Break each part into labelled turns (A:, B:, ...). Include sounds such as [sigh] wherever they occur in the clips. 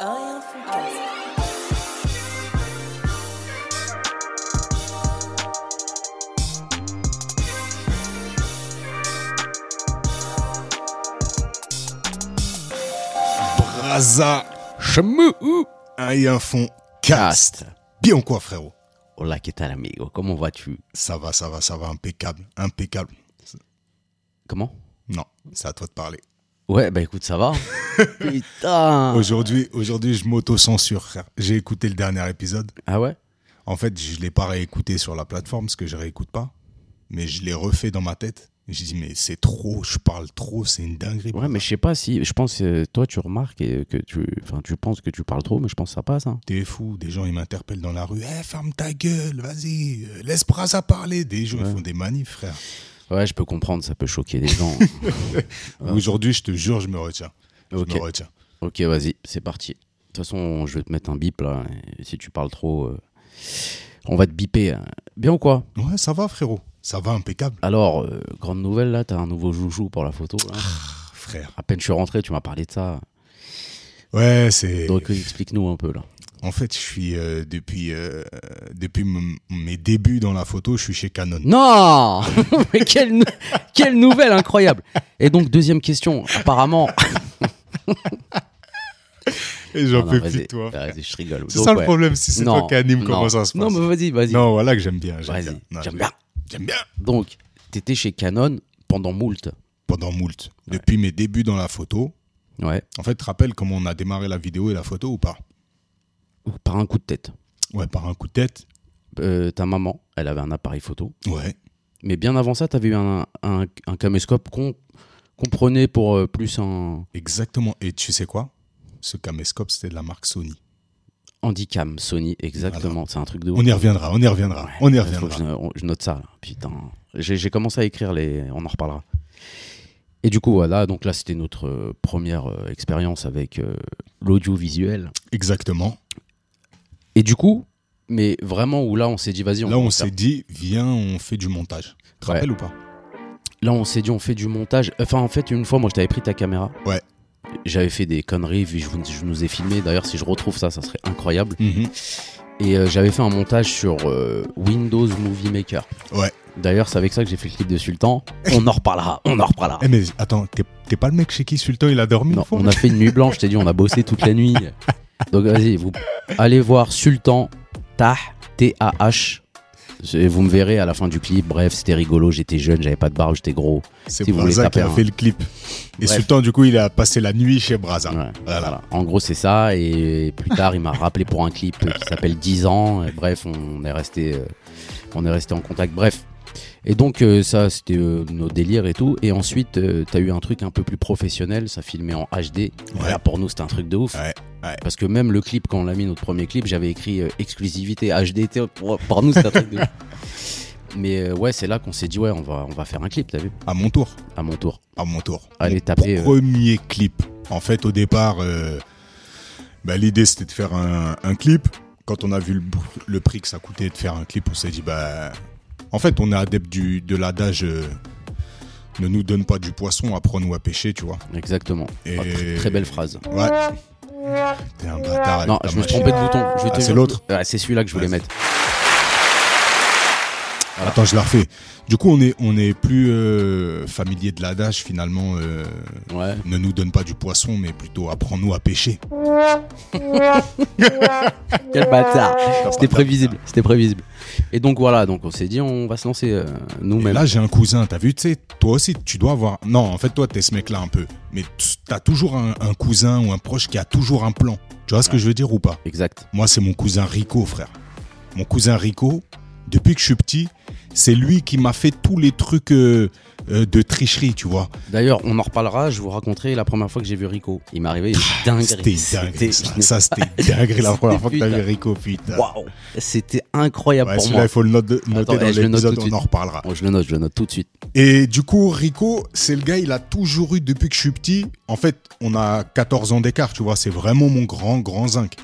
A: Rien Foodcast.
B: Braza Chamou
C: Oh
B: Aïe un fond cast. Bien quoi frérot
C: Hola, ¿qué tal, amigo? Comment vas-tu?
B: Ça va, ça va, ça va, impeccable, impeccable.
C: Comment?
B: Non, c'est à toi de parler.
C: Ouais, bah écoute, ça va. Putain!
B: Aujourd'hui, aujourd'hui, je m'auto-censure. frère. J'ai écouté le dernier épisode.
C: Ah ouais?
B: En fait, je l'ai pas réécouté sur la plateforme parce que je réécoute pas, mais je l'ai refait dans ma tête. J'ai dit mais c'est trop, je parle trop, c'est une dinguerie.
C: Ouais, mais je sais pas si. Je pense que toi, tu remarques et que tu. Enfin, tu penses que tu parles trop, mais je pense que ça passe. Hein.
B: T'es fou, des gens ils m'interpellent dans la rue, Eh, ferme ta gueule, vas-y, euh, laisse Braza parler. Des gens
C: Ouais.
B: ils font des manifs, frère.
C: Ouais, je peux comprendre, ça peut choquer les gens. Ouais.
B: Aujourd'hui, je te jure, je me retiens. Je
C: ok,
B: me retiens.
C: ok, vas-y, c'est parti. De toute façon, je vais te mettre un bip là. et si tu parles trop, euh, on va te biper. hein. Bien ou quoi?
B: Ouais, ça va, frérot. Ça va impeccable,
C: Alors, euh, grande nouvelle là, t'as un nouveau joujou pour la photo. là.
B: Ah, frère.
C: À peine je suis rentré, tu m'as parlé de ça.
B: Ouais, c'est.
C: Donc, explique-nous un peu là.
B: En fait, je suis euh, depuis euh, depuis m- mes débuts dans la photo, je suis chez Canon.
C: Non [laughs] Mais quelle, nou- quelle nouvelle incroyable Et donc, deuxième question, apparemment.
B: Et [laughs] j'en
C: Ah Non,
B: peux
C: non,
B: plus,
C: vas-y,
B: de toi. frère.
C: Vas-y, je rigole.
B: C'est
C: Donc,
B: ça le
C: ouais.
B: problème, si c'est
C: Non,
B: toi qui anime,
C: non.
B: comment ça se passe
C: Non, mais vas-y, vas-y.
B: Non, voilà que j'aime bien. J'aime
C: Vas-y,
B: bien. Non,
C: j'aime bien.
B: J'aime bien.
C: Donc, t'étais chez Canon pendant moult.
B: Pendant moult, depuis mes débuts dans la photo,
C: Ouais.
B: en fait, tu te rappelles comment on a démarré la vidéo et la photo ou pas
C: Par un coup de tête.
B: Ouais, par un coup de tête.
C: Euh, ta maman, elle avait un appareil photo.
B: Ouais.
C: Mais bien avant ça, t'avais eu un, un, un caméscope qu'on qu'on prenait pour euh, plus un
B: Exactement. Et tu sais quoi Ce caméscope, c'était de la marque Sony.
C: handicam Sony, exactement. C'est un truc de ouf.
B: On y reviendra, on y reviendra,
C: Ouais,
B: on y
C: ça se trouve,
B: reviendra.
C: Je, on- je note ça, là. putain. J'ai j'ai commencé à écrire les. On en reparlera. Et du coup, voilà, donc là, c'était notre euh, première euh, expérience avec euh, l'audiovisuel.
B: Exactement.
C: Et du coup, mais vraiment où là, on s'est dit, vas-y,
B: Là, on
C: va faire-
B: s'est dit, viens, on fait du montage. Tu te
C: Ouais.
B: rappelles ou pas
C: Là, on s'est dit, on fait du montage. Enfin, en fait, une fois, moi, je t'avais pris ta caméra.
B: Ouais.
C: J'avais fait des conneries, vu que je, vous- je nous ai filmé. D'ailleurs, si je retrouve ça, ça serait incroyable.
B: Mhm.
C: Et euh, j'avais fait un montage sur euh, Windows Movie Maker.
B: Ouais.
C: D'ailleurs, c'est avec ça que j'ai fait le clip de Sultan. On en reparlera, on en reparlera.
B: Eh, mais attends, t'es t'es pas le mec chez qui Sultan il a dormi une
C: Non,
B: fois
C: on a fait une nuit blanche, je t'ai dit, on a bossé toute la nuit. Donc vas-y, vous allez voir Sultan Tah, T-A-H. C'est- Vous me verrez à la fin du clip. Bref, c'était rigolo, j'étais jeune, j'avais pas de barbe, j'étais gros.
B: C'est
C: si vous voulez
B: Braza qui
C: taper
B: a
C: un-
B: fait le clip. Et
C: Bref.
B: Sultan, du coup, il a passé la nuit chez Braza.
C: Ouais,
B: voilà.
C: voilà. En gros, c'est ça. Et plus tard, il m'a rappelé pour un clip qui
B: [laughs]
C: s'appelle 10 ans. Et bref, on est resté, euh, on est resté en contact. Bref. Et donc, euh, ça, c'était euh, nos délires et tout. Et ensuite, euh, t'as eu un truc un peu plus professionnel. Ça filmait en HD.
B: Ouais.
C: Là, pour nous, c'était un truc de ouf.
B: Ouais, ouais.
C: Parce que même le clip, quand on l'a mis, notre premier clip, j'avais écrit euh, exclusivité HD. t'es- Pour, pour nous, c'était un truc de ouf.
B: [laughs]
C: Mais euh, ouais, c'est là qu'on s'est dit, ouais, on va, on va faire un clip, t'as vu,
B: À mon tour.
C: à mon tour.
B: À mon tour.
C: Allez,
B: Mon
C: taper, euh.
B: Premier clip. En fait, au départ, euh, bah, l'idée c'était de faire un, un clip. Quand on a vu le, br- le prix que ça coûtait de faire un clip, on s'est dit, bah. En fait, on est adepte du, de l'adage euh, ne nous donne pas du poisson, apprends-nous à pêcher, tu vois.
C: Exactement.
B: Et-
C: Ah, tr- très belle phrase.
B: Ouais. T'es un bâtard. avec
C: Non,
B: ta
C: je me suis
B: machine.
C: trompé de bouton. Je vais
B: Ah,
C: te-
B: c'est l'autre
C: Ouais, c'est celui-là que je voulais
B: Ouais,
C: mettre.
B: Attends, je la refais. Du coup, on est, on est plus euh, familier de l'adage finalement. euh,
C: Ouais.
B: ne nous donne pas du poisson, mais plutôt apprends-nous à pêcher.
C: Quel bâtard. C'était prévisible. C'était prévisible. Et donc voilà, donc on s'est dit on va se lancer euh,
B: Et
C: nous-mêmes.
B: là, j'ai un cousin, t'as vu, tu sais, toi aussi, tu dois avoir. Non, en fait, toi, t'es ce mec-là un peu. Mais tu- t'as toujours un, un cousin ou un proche qui a toujours un plan. Tu vois ce que je veux dire ou pas
C: Exact.
B: Moi, c'est mon cousin Rico, frère. Mon cousin Rico, depuis que je suis petit, c'est lui qui m'a fait tous les trucs euh, euh, de tricherie, tu vois.
C: D'ailleurs, on en reparlera. Je vous raconterai la première fois que j'ai vu Rico. Il m'est arrivé une dinguerie.
B: Ah, C'était dingue. Ça, Ça, c'était dingue
C: [laughs]
B: la première fois que t'as vu Rico, putain.
C: hein. Waouh. C'était incroyable
B: Ouais,
C: pour
B: celui-là,
C: moi.
B: il faut le note- noter
C: Attends, eh,
B: dans
C: je le note
B: l'épisode,
C: tout de
B: on en reparlera.
C: Bon, je le note, je le note tout de suite.
B: Et du coup, Rico, c'est le gars, il a toujours eu, depuis que je suis petit, en fait, on a 14 ans d'écart, tu vois, c'est vraiment mon grand, grand zinc.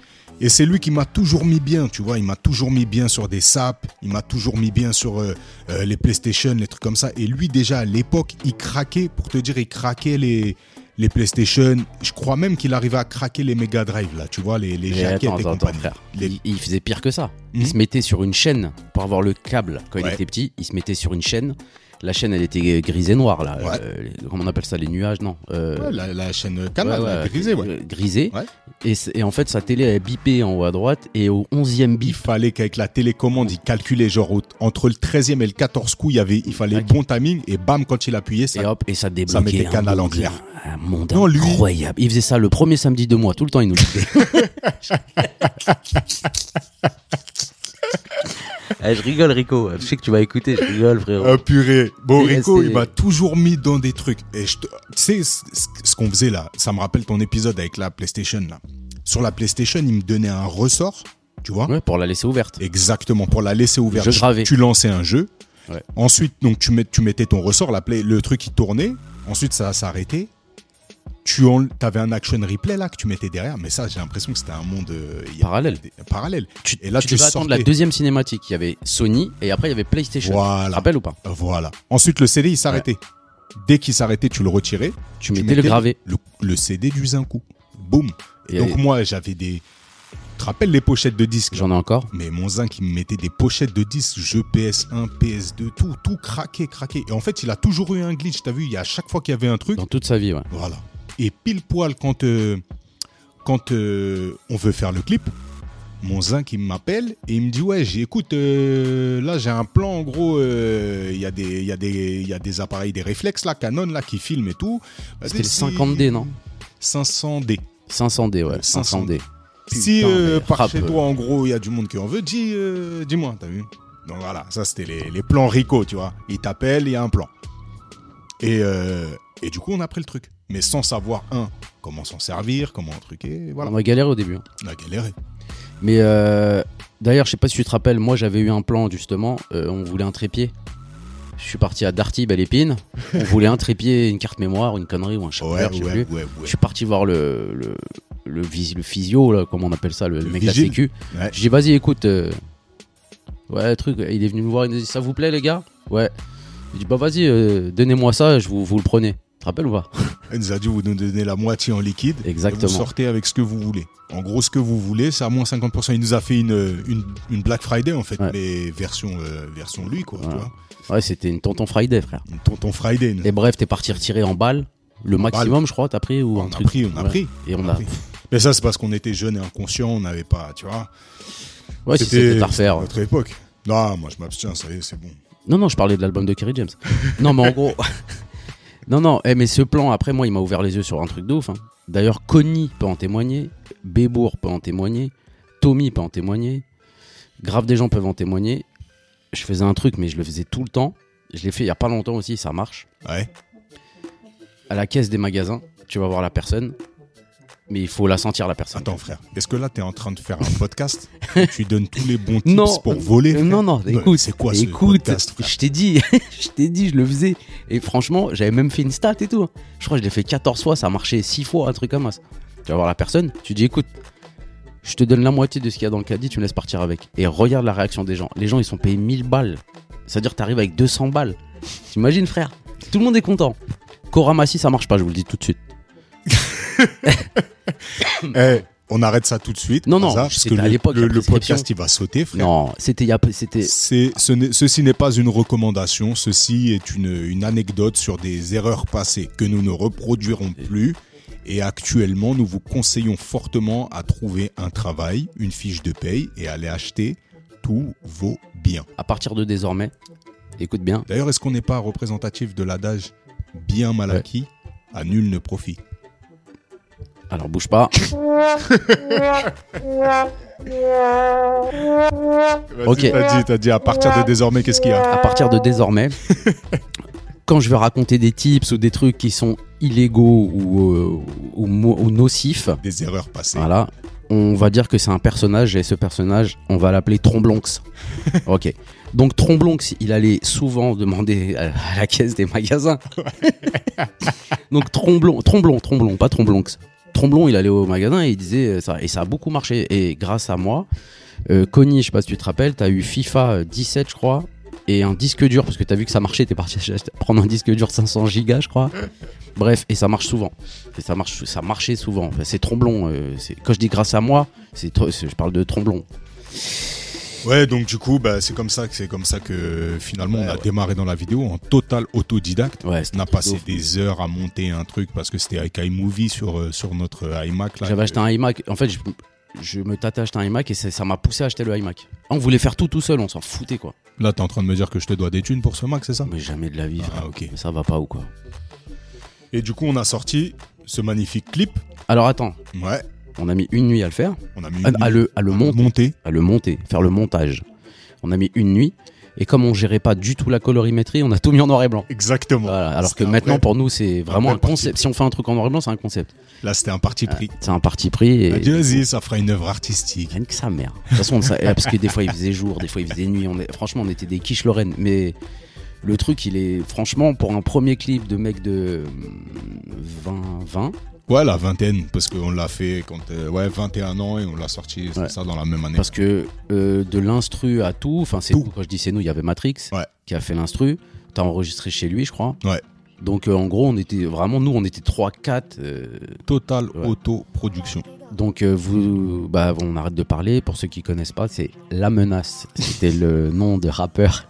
B: Et c'est lui qui m'a toujours mis bien, tu vois, il m'a toujours mis bien sur des sapes, il m'a toujours mis bien sur euh, euh, les PlayStation, les trucs comme ça. Et lui, déjà, à l'époque, il craquait, pour te dire, il craquait les, les PlayStation. Je crois même qu'il arrivait à craquer les Mega Drive, là, tu vois, les, les
C: Mais
B: jaquettes
C: attends,
B: et
C: attends,
B: compagnie.
C: attends, frère.
B: Les-
C: Il, il faisait pire que ça.
B: Mhm.
C: Il se mettait sur une chaîne pour avoir le câble quand il
B: Ouais.
C: était petit. Il se mettait sur une chaîne. La chaîne, elle était grise et noire là.
B: Ouais.
C: Euh, les- comment on appelle ça Les nuages Non. Euh,
B: Ouais, la, la chaîne Canal,
C: ouais,
B: elle
C: ouais,
B: était grisée, ouais.
C: euh, grisée.
B: Ouais.
C: Et, c'est- et en fait, sa télé elle bipait en haut à droite et au 11e
B: Il
C: bip.
B: fallait qu'avec la télécommande, il calculait genre au- entre le 13e et le 14 coups, il, y avait, il fallait
C: Ok.
B: bon timing et bam, quand il appuyait, ça.
C: Et hop, et ça débloquait.
B: mettait
C: un
B: Canal en
C: monde-
B: clair.
C: Un monde
B: Non, lui-
C: incroyable. Il faisait ça le premier samedi de mois, tout le temps, il nous le disait. [laughs] Eh, je rigole, Rico. Je sais que tu vas écouter, je rigole, frérot.
B: Ah purée. Bon,
C: Et
B: Rico,
C: c'est-
B: il m'a toujours mis dans des trucs. Et je te- tu sais, c- c- ce qu'on faisait là, ça me rappelle ton épisode avec la PlayStation là. Sur la PlayStation, il me donnait un ressort, tu vois.
C: Ouais, pour la laisser ouverte.
B: Exactement, pour la laisser ouverte.
C: Jeu gravé.
B: Tu lançais un jeu.
C: Ouais.
B: Ensuite, donc tu, mets- tu mettais ton ressort, la play- le truc il tournait. Ensuite, ça s'arrêtait. Tu en, avais un action replay là que tu mettais derrière, mais ça, j'ai l'impression que c'était un monde euh, il y a-
C: Parallèle.
B: des- parallèle.
C: Tu,
B: Et là,
C: tu
B: tu
C: devais attendre la
B: sortais.
C: deuxième cinématique. Il y avait Sony et après, il y avait PlayStation. Tu te
B: Voilà.
C: rappelles ou pas
B: Voilà. Ensuite, le CD, il s'arrêtait. Dès qu'il s'arrêtait, tu le retirais.
C: Tu mettais le gravé.
B: Le, le CD du Zinco. Boum. Et
C: Et-
B: donc, moi, j'avais des. Tu te rappelles les pochettes de disques
C: J'en ai encore.
B: Mais mon zinc, il me mettait des pochettes de disques, jeux PS1, PS2, tout, tout craqué, craqué. Et en fait, il a toujours eu un glitch. T'as vu, il y a à chaque fois qu'il y avait un truc.
C: Dans toute sa vie, ouais.
B: Voilà. Et pile poil, quand, euh, quand euh, on veut faire le clip, mon zinc, il m'appelle et il me dit Ouais, j'écoute, là, j'ai un plan, en gros, euh, il y, a des- il y, a des- il y a des appareils, des réflexes, là, Canon, là, qui filment et tout.
C: C'était le 50D, non
B: 500D.
C: 500D, ouais.
B: 500D.
C: 500D.
B: si
C: Putain,
B: euh,
C: mais
B: par
C: rap,
B: chez
C: euh.
B: toi, en gros, il y a du monde qui en veut, dis, euh, dis-moi, t'as vu Donc voilà, ça c'était les, les plans Rico, tu vois. Il t'appelle, il y a un plan. Et, euh, et du coup, on a pris le truc. Mais sans savoir, un, comment s'en servir, comment truquer, voilà.
C: On a galéré au début. hein.
B: On a galéré.
C: Mais euh, d'ailleurs, je sais pas si tu te rappelles, moi j'avais eu un plan justement, euh, on voulait un trépied. Je suis parti à Darty, Belle Épine. On voulait un trépied, une carte mémoire, une connerie ou un
B: Ouais,
C: chargeur, je
B: ouais,
C: sais
B: ouais,
C: plus.
B: ouais,
C: Je suis parti voir le, le, le, vis- le physio, là, comment on appelle ça, le, le
B: Le
C: mec de la
B: vigile.
C: sécu.
B: Ouais.
C: Je dis, vas-y, écoute. euh, ouais, truc. Il est venu me voir, il me dit, ça vous plaît, les gars Ouais. Il dit, bah vas-y, euh, donnez-moi ça, je vous, vous le prenez. Tu te rappelles ou pas
B: Elle nous a dit, vous nous donnez la moitié en liquide. Et vous
C: Exactement.
B: sortez avec ce que vous voulez. En gros, ce que vous voulez, c'est à moins 50%. Il nous a fait une, euh, une, une Black Friday, en fait,
C: Ouais.
B: mais version, euh, version lui, quoi. tu
C: Voilà.
B: vois.
C: Ouais, c'était une tonton Friday, frère.
B: Une tonton Friday. il nous a-
C: Et bref, t'es parti retirer en balle. Le maximum, je crois, t'as pris ou un
B: on a
C: truc.
B: pris, on a
C: Ouais.
B: pris.
C: Et on
B: a
C: a.
B: pris. Mais ça, c'est parce qu'on était jeunes et inconscients, on n'avait pas, tu vois.
C: Ouais, si c'était à refaire.
B: notre époque. Non, moi je m'abstiens, ça y est, c'est bon.
C: Non, non, je parlais de l'album de Kerry James. non, mais en gros. [laughs] non, non, eh, mais ce plan, après, moi, il m'a ouvert les yeux sur un truc de ouf. hein. D'ailleurs, Connie peut en témoigner. Bébourg peut en témoigner. Tommy peut en témoigner. Grave des gens peuvent en témoigner. Je faisais un truc, mais je le faisais tout le temps. Je l'ai fait il y a pas longtemps aussi, ça marche.
B: Ouais.
C: À la caisse des magasins, tu vas voir la personne. Mais il faut la sentir, la personne.
B: Attends, frère, est-ce que là t'es en train de faire un
C: [laughs]
B: podcast où Tu donnes tous les bons tips
C: Non,
B: pour voler frère
C: Non, non,
B: Ouais,
C: écoute.
B: C'est quoi ce
C: Écoute,
B: podcast, frère
C: je t'ai dit, [laughs] je t'ai dit, je le faisais. Et franchement, j'avais même fait une stat et tout. hein. Je crois que je l'ai fait 14 fois, ça a marché 6 fois, un truc comme ça. Tu vas voir la personne, tu dis écoute, je te donne la moitié de ce qu'il y a dans le caddie, tu me laisses partir avec. Et regarde la réaction des gens. Les gens, ils sont payés 1000 balles. C'est-à-dire, t'arrives avec 200 balles. T'imagines, frère Tout le monde est content. Koramassi, ça marche pas, je vous le dis tout de suite.
B: Eh, On arrête ça tout de suite.
C: Non, non,
B: Hamza,
C: je-
B: parce que
C: c'était à
B: le,
C: l'époque,
B: le-
C: la
B: le
C: prescription.
B: podcast il va sauter, frère.
C: Non, c'était il y a. C'était.
B: C'est- ce n'est- ceci n'est pas une recommandation, ceci est une, une anecdote sur des erreurs passées que nous ne reproduirons plus. Et actuellement, nous vous conseillons fortement à trouver un travail, une fiche de paye et aller acheter tous vos biens.
C: À partir de désormais, écoute bien,
B: D'ailleurs, est-ce qu'on n'est pas représentatif de l'adage bien mal
C: Ouais.
B: acquis, à nul ne profit
C: alors bouge pas.
B: [laughs] Eh
C: Ok.
B: T'as ben, dit, t'as dit à partir de désormais, qu'est-ce qu'il y a
C: à partir de désormais, quand je vais raconter des tips ou des trucs qui sont illégaux ou, euh, ou, mo- ou nocifs,
B: Des erreurs passées.
C: voilà, on va dire que c'est un personnage et ce personnage, on va l'appeler Tromblonx. ok. Donc Tromblonx, il allait souvent demander à à la caisse des magasins. Donc Tromblon, Tromblon, Tromblon, pas Tromblonx. Tromblon, il allait au magasin et il disait euh, ça. Et ça a beaucoup marché. Et grâce à moi, euh, Connie, je sais pas si tu te rappelles, t'as eu FIFA 17, je crois, et un disque dur, parce que t'as vu que ça marchait, t'es parti [laughs] acheter- prendre un disque dur 500 gigas, je crois. Bref, et ça marche souvent. Et ça, marche, ça marchait souvent. Enfin, c'est Tromblon. euh, c'est- quand je dis grâce à moi, c'est tr- c'est- je parle de Tromblon.
B: Ouais, donc du coup, bah, c'est comme ça que c'est comme ça que finalement on a démarré dans la vidéo en total autodidacte.
C: Ouais, c'était
B: On a
C: un truc de
B: passé
C: ouf.
B: des heures à monter un truc parce que c'était avec iMovie sur euh, sur notre euh, iMac là.
C: J'avais acheté un iMac. En fait, je, je me tâtais à acheter un iMac et ça ça m'a poussé à acheter le iMac. On voulait faire tout tout seul, on s'en foutait quoi.
B: Là, t'es en train de me dire que je te dois des thunes pour ce Mac, c'est ça
C: Mais jamais de la vie. frère.
B: Ah, ok.
C: Mais Ça va pas ou quoi.
B: Et du coup, on a sorti ce magnifique clip.
C: Alors attends,
B: Ouais,
C: on a mis une nuit à le faire,
B: on a mis
C: à,
B: une- Ah,
C: à Ah, le, à le monter,
B: monter.
C: à le monter, faire le montage. On a mis une nuit et comme on gérait pas du tout la colorimétrie, on a tout mis en noir et blanc.
B: Exactement.
C: Voilà, alors que
B: C'était un
C: maintenant
B: vrai-
C: pour nous c'est vraiment
B: vrai
C: un concept. Si on fait un truc en noir et blanc, c'est un concept.
B: là, c'était un parti pris.
C: C'est un parti pris.
B: On a
C: Ah. Et,
B: dit, vas-y, ça fera une œuvre artistique.
C: Rien que sa mère. De toute façon, on sa- eh, parce que des fois il faisait jour, des fois il faisait nuit. On est- Franchement, on était des quiches Lorraine. Mais le truc, il est. Franchement, pour un premier clip de mec de hum, 20, 20,
B: Ouais, la vingtaine, parce qu'on l'a fait quand euh, ouais 21 ans et on l'a sorti c'est
C: Ouais.
B: ça dans la même année.
C: parce que euh, de l'instru à tout, enfin, c'est
B: Tout.
C: nous, quand je dis c'est nous, il y avait Matrix
B: Ouais.
C: qui a fait l'instru. T'as enregistré chez lui, je crois.
B: Ouais.
C: Donc euh, en gros, on était vraiment, nous, on était euh, 3-4.
B: Total
C: Ouais.
B: auto-production.
C: Donc euh,
B: Mm.
C: vous, bah, on arrête de parler. Pour ceux qui connaissent pas, c'est La Menace. C'était le
B: [laughs]
C: nom de rappeur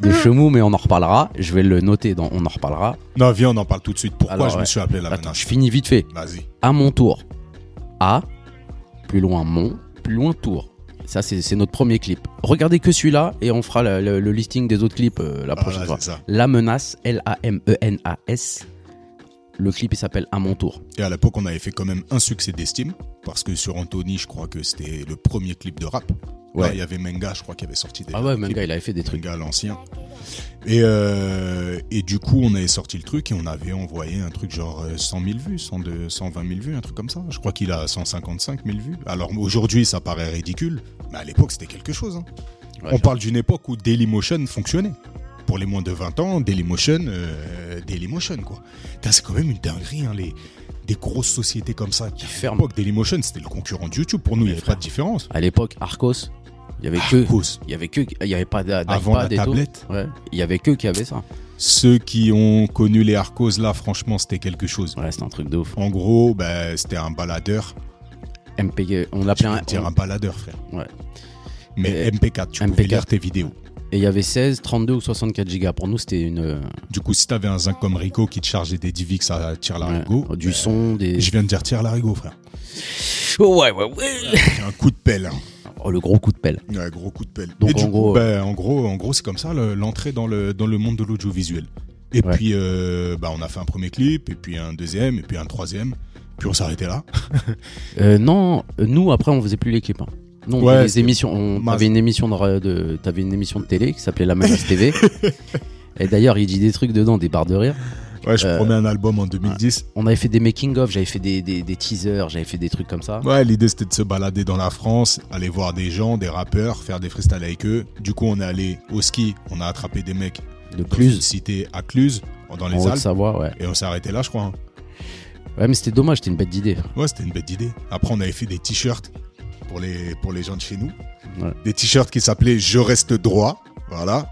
C: de Chemou, mais on en reparlera. Je vais le noter dans On en reparlera.
B: Non, viens, on en parle tout de suite. Pourquoi
C: Alors,
B: je me
C: ouais.
B: suis appelé la
C: Attends, je
B: menace
C: finis vite fait.
B: Vas-y.
C: À mon tour. À, plus loin mon, plus loin tour. Ça, c'est c'est notre premier clip. Regardez que celui-là et on fera le, le- le listing des autres clips euh, la prochaine
B: Voilà,
C: fois.
B: c'est Ah, ça.
C: La Menace, E L-A-M-E-N-A-S. Le clip, il s'appelle À mon tour.
B: Et à l'époque, on avait fait quand même un succès d'estime. Parce que sur Anthony, je crois que c'était le premier clip de rap.
C: Ouais.
B: Ouais. il y avait Menga, je crois, qui avait sorti des
C: Ah ouais, même gars, il avait fait des trucs.
B: Menga l'ancien. Et, euh, et du coup, on avait sorti le truc et on avait envoyé un truc genre euh, 100 000 vues, 100 de- 120 000 vues, un truc comme ça. Je crois qu'il a 155 000 vues. Alors aujourd'hui, ça paraît ridicule, mais à l'époque, c'était quelque chose. hein.
C: Ouais,
B: on parle d'une époque où Dailymotion fonctionnait. Pour les moins de 20 ans, Dailymotion, euh, Dailymotion quoi. Putain, C'est quand même une dinguerie, hein, les, des grosses sociétés comme ça.
C: Qui
B: À
C: ferme.
B: l'époque, Dailymotion, c'était le concurrent de YouTube. Pour nous, il n'y
C: Mais
B: avait
C: frère.
B: pas de différence.
C: À l'époque, Arcos, il y avait que
B: Cause.
C: Il y avait que, il y avait pas d'i- d'iPad
B: Avant la
C: et tout.
B: tablette.
C: Ouais, il y avait que qui avait ça.
B: Ceux qui ont connu les Arcos, là, franchement, c'était quelque chose.
C: Ouais, c'était un truc de ouf.
B: En gros, bah, c'était un baladeur.
C: MPG, on
B: Tu
C: l'appelait
B: peux
C: un,
B: dire un baladeur, frère.
C: Ouais.
B: Mais
C: Et-
B: MP4, tu pouvais
C: MP4.
B: lire tes vidéos.
C: et il y avait 16, 32 ou 64 gigas. Pour nous, c'était une euh,
B: Du coup, si t'avais un zinc comme Rico qui te chargeait des DivX à tire l'arigot,
C: ouais, du son des
B: je viens de dire tire l'arigot, frère.
C: Ouais, ouais, ouais.
B: Un coup de pelle. hein.
C: Oh, le gros coup de pelle.
B: Ouais, gros coup de pelle.
C: Donc,
B: et du
C: en
B: coup,
C: gros,
B: bah, en gros, en gros, c'est comme ça le- l'entrée dans le dans le monde de l'audiovisuel. Et
C: Ouais.
B: puis, euh, bah, on a fait un premier clip, et puis un deuxième, et puis un troisième, puis on s'arrêtait là.
C: Euh, non, euh, nous après on faisait plus les clips. hein. Nous, on
B: Ouais,
C: faisait
B: c'était
C: des émissions. On
B: mas-
C: avait une émission de, ra- de t'avais une émission de télé qui s'appelait La
B: [laughs]
C: Menace TV. Et d'ailleurs, il dit des trucs dedans, des barres de rire.
B: Ouais, je
C: Euh,
B: promets un album en 2010.
C: On avait fait des making-of, j'avais fait des, des, des teasers, j'avais fait des trucs comme ça.
B: Ouais, l'idée c'était de se balader dans la France, aller voir des gens, des rappeurs, faire des freestyles avec eux. Du coup, on est allé au ski, on a attrapé des mecs
C: De
B: dans une
C: plus,
B: cité à Cluse, dans les
C: en
B: Alpes,
C: Haute-Savoie, ouais.
B: et on s'est arrêté là, je crois. hein.
C: Ouais, mais c'était dommage, c'était une bête d'idée.
B: Ouais, c'était une bête idée. Après, on avait fait des t-shirts pour les, pour les gens de chez nous.
C: Ouais.
B: Des t-shirts qui s'appelaient Je reste droit. Voilà.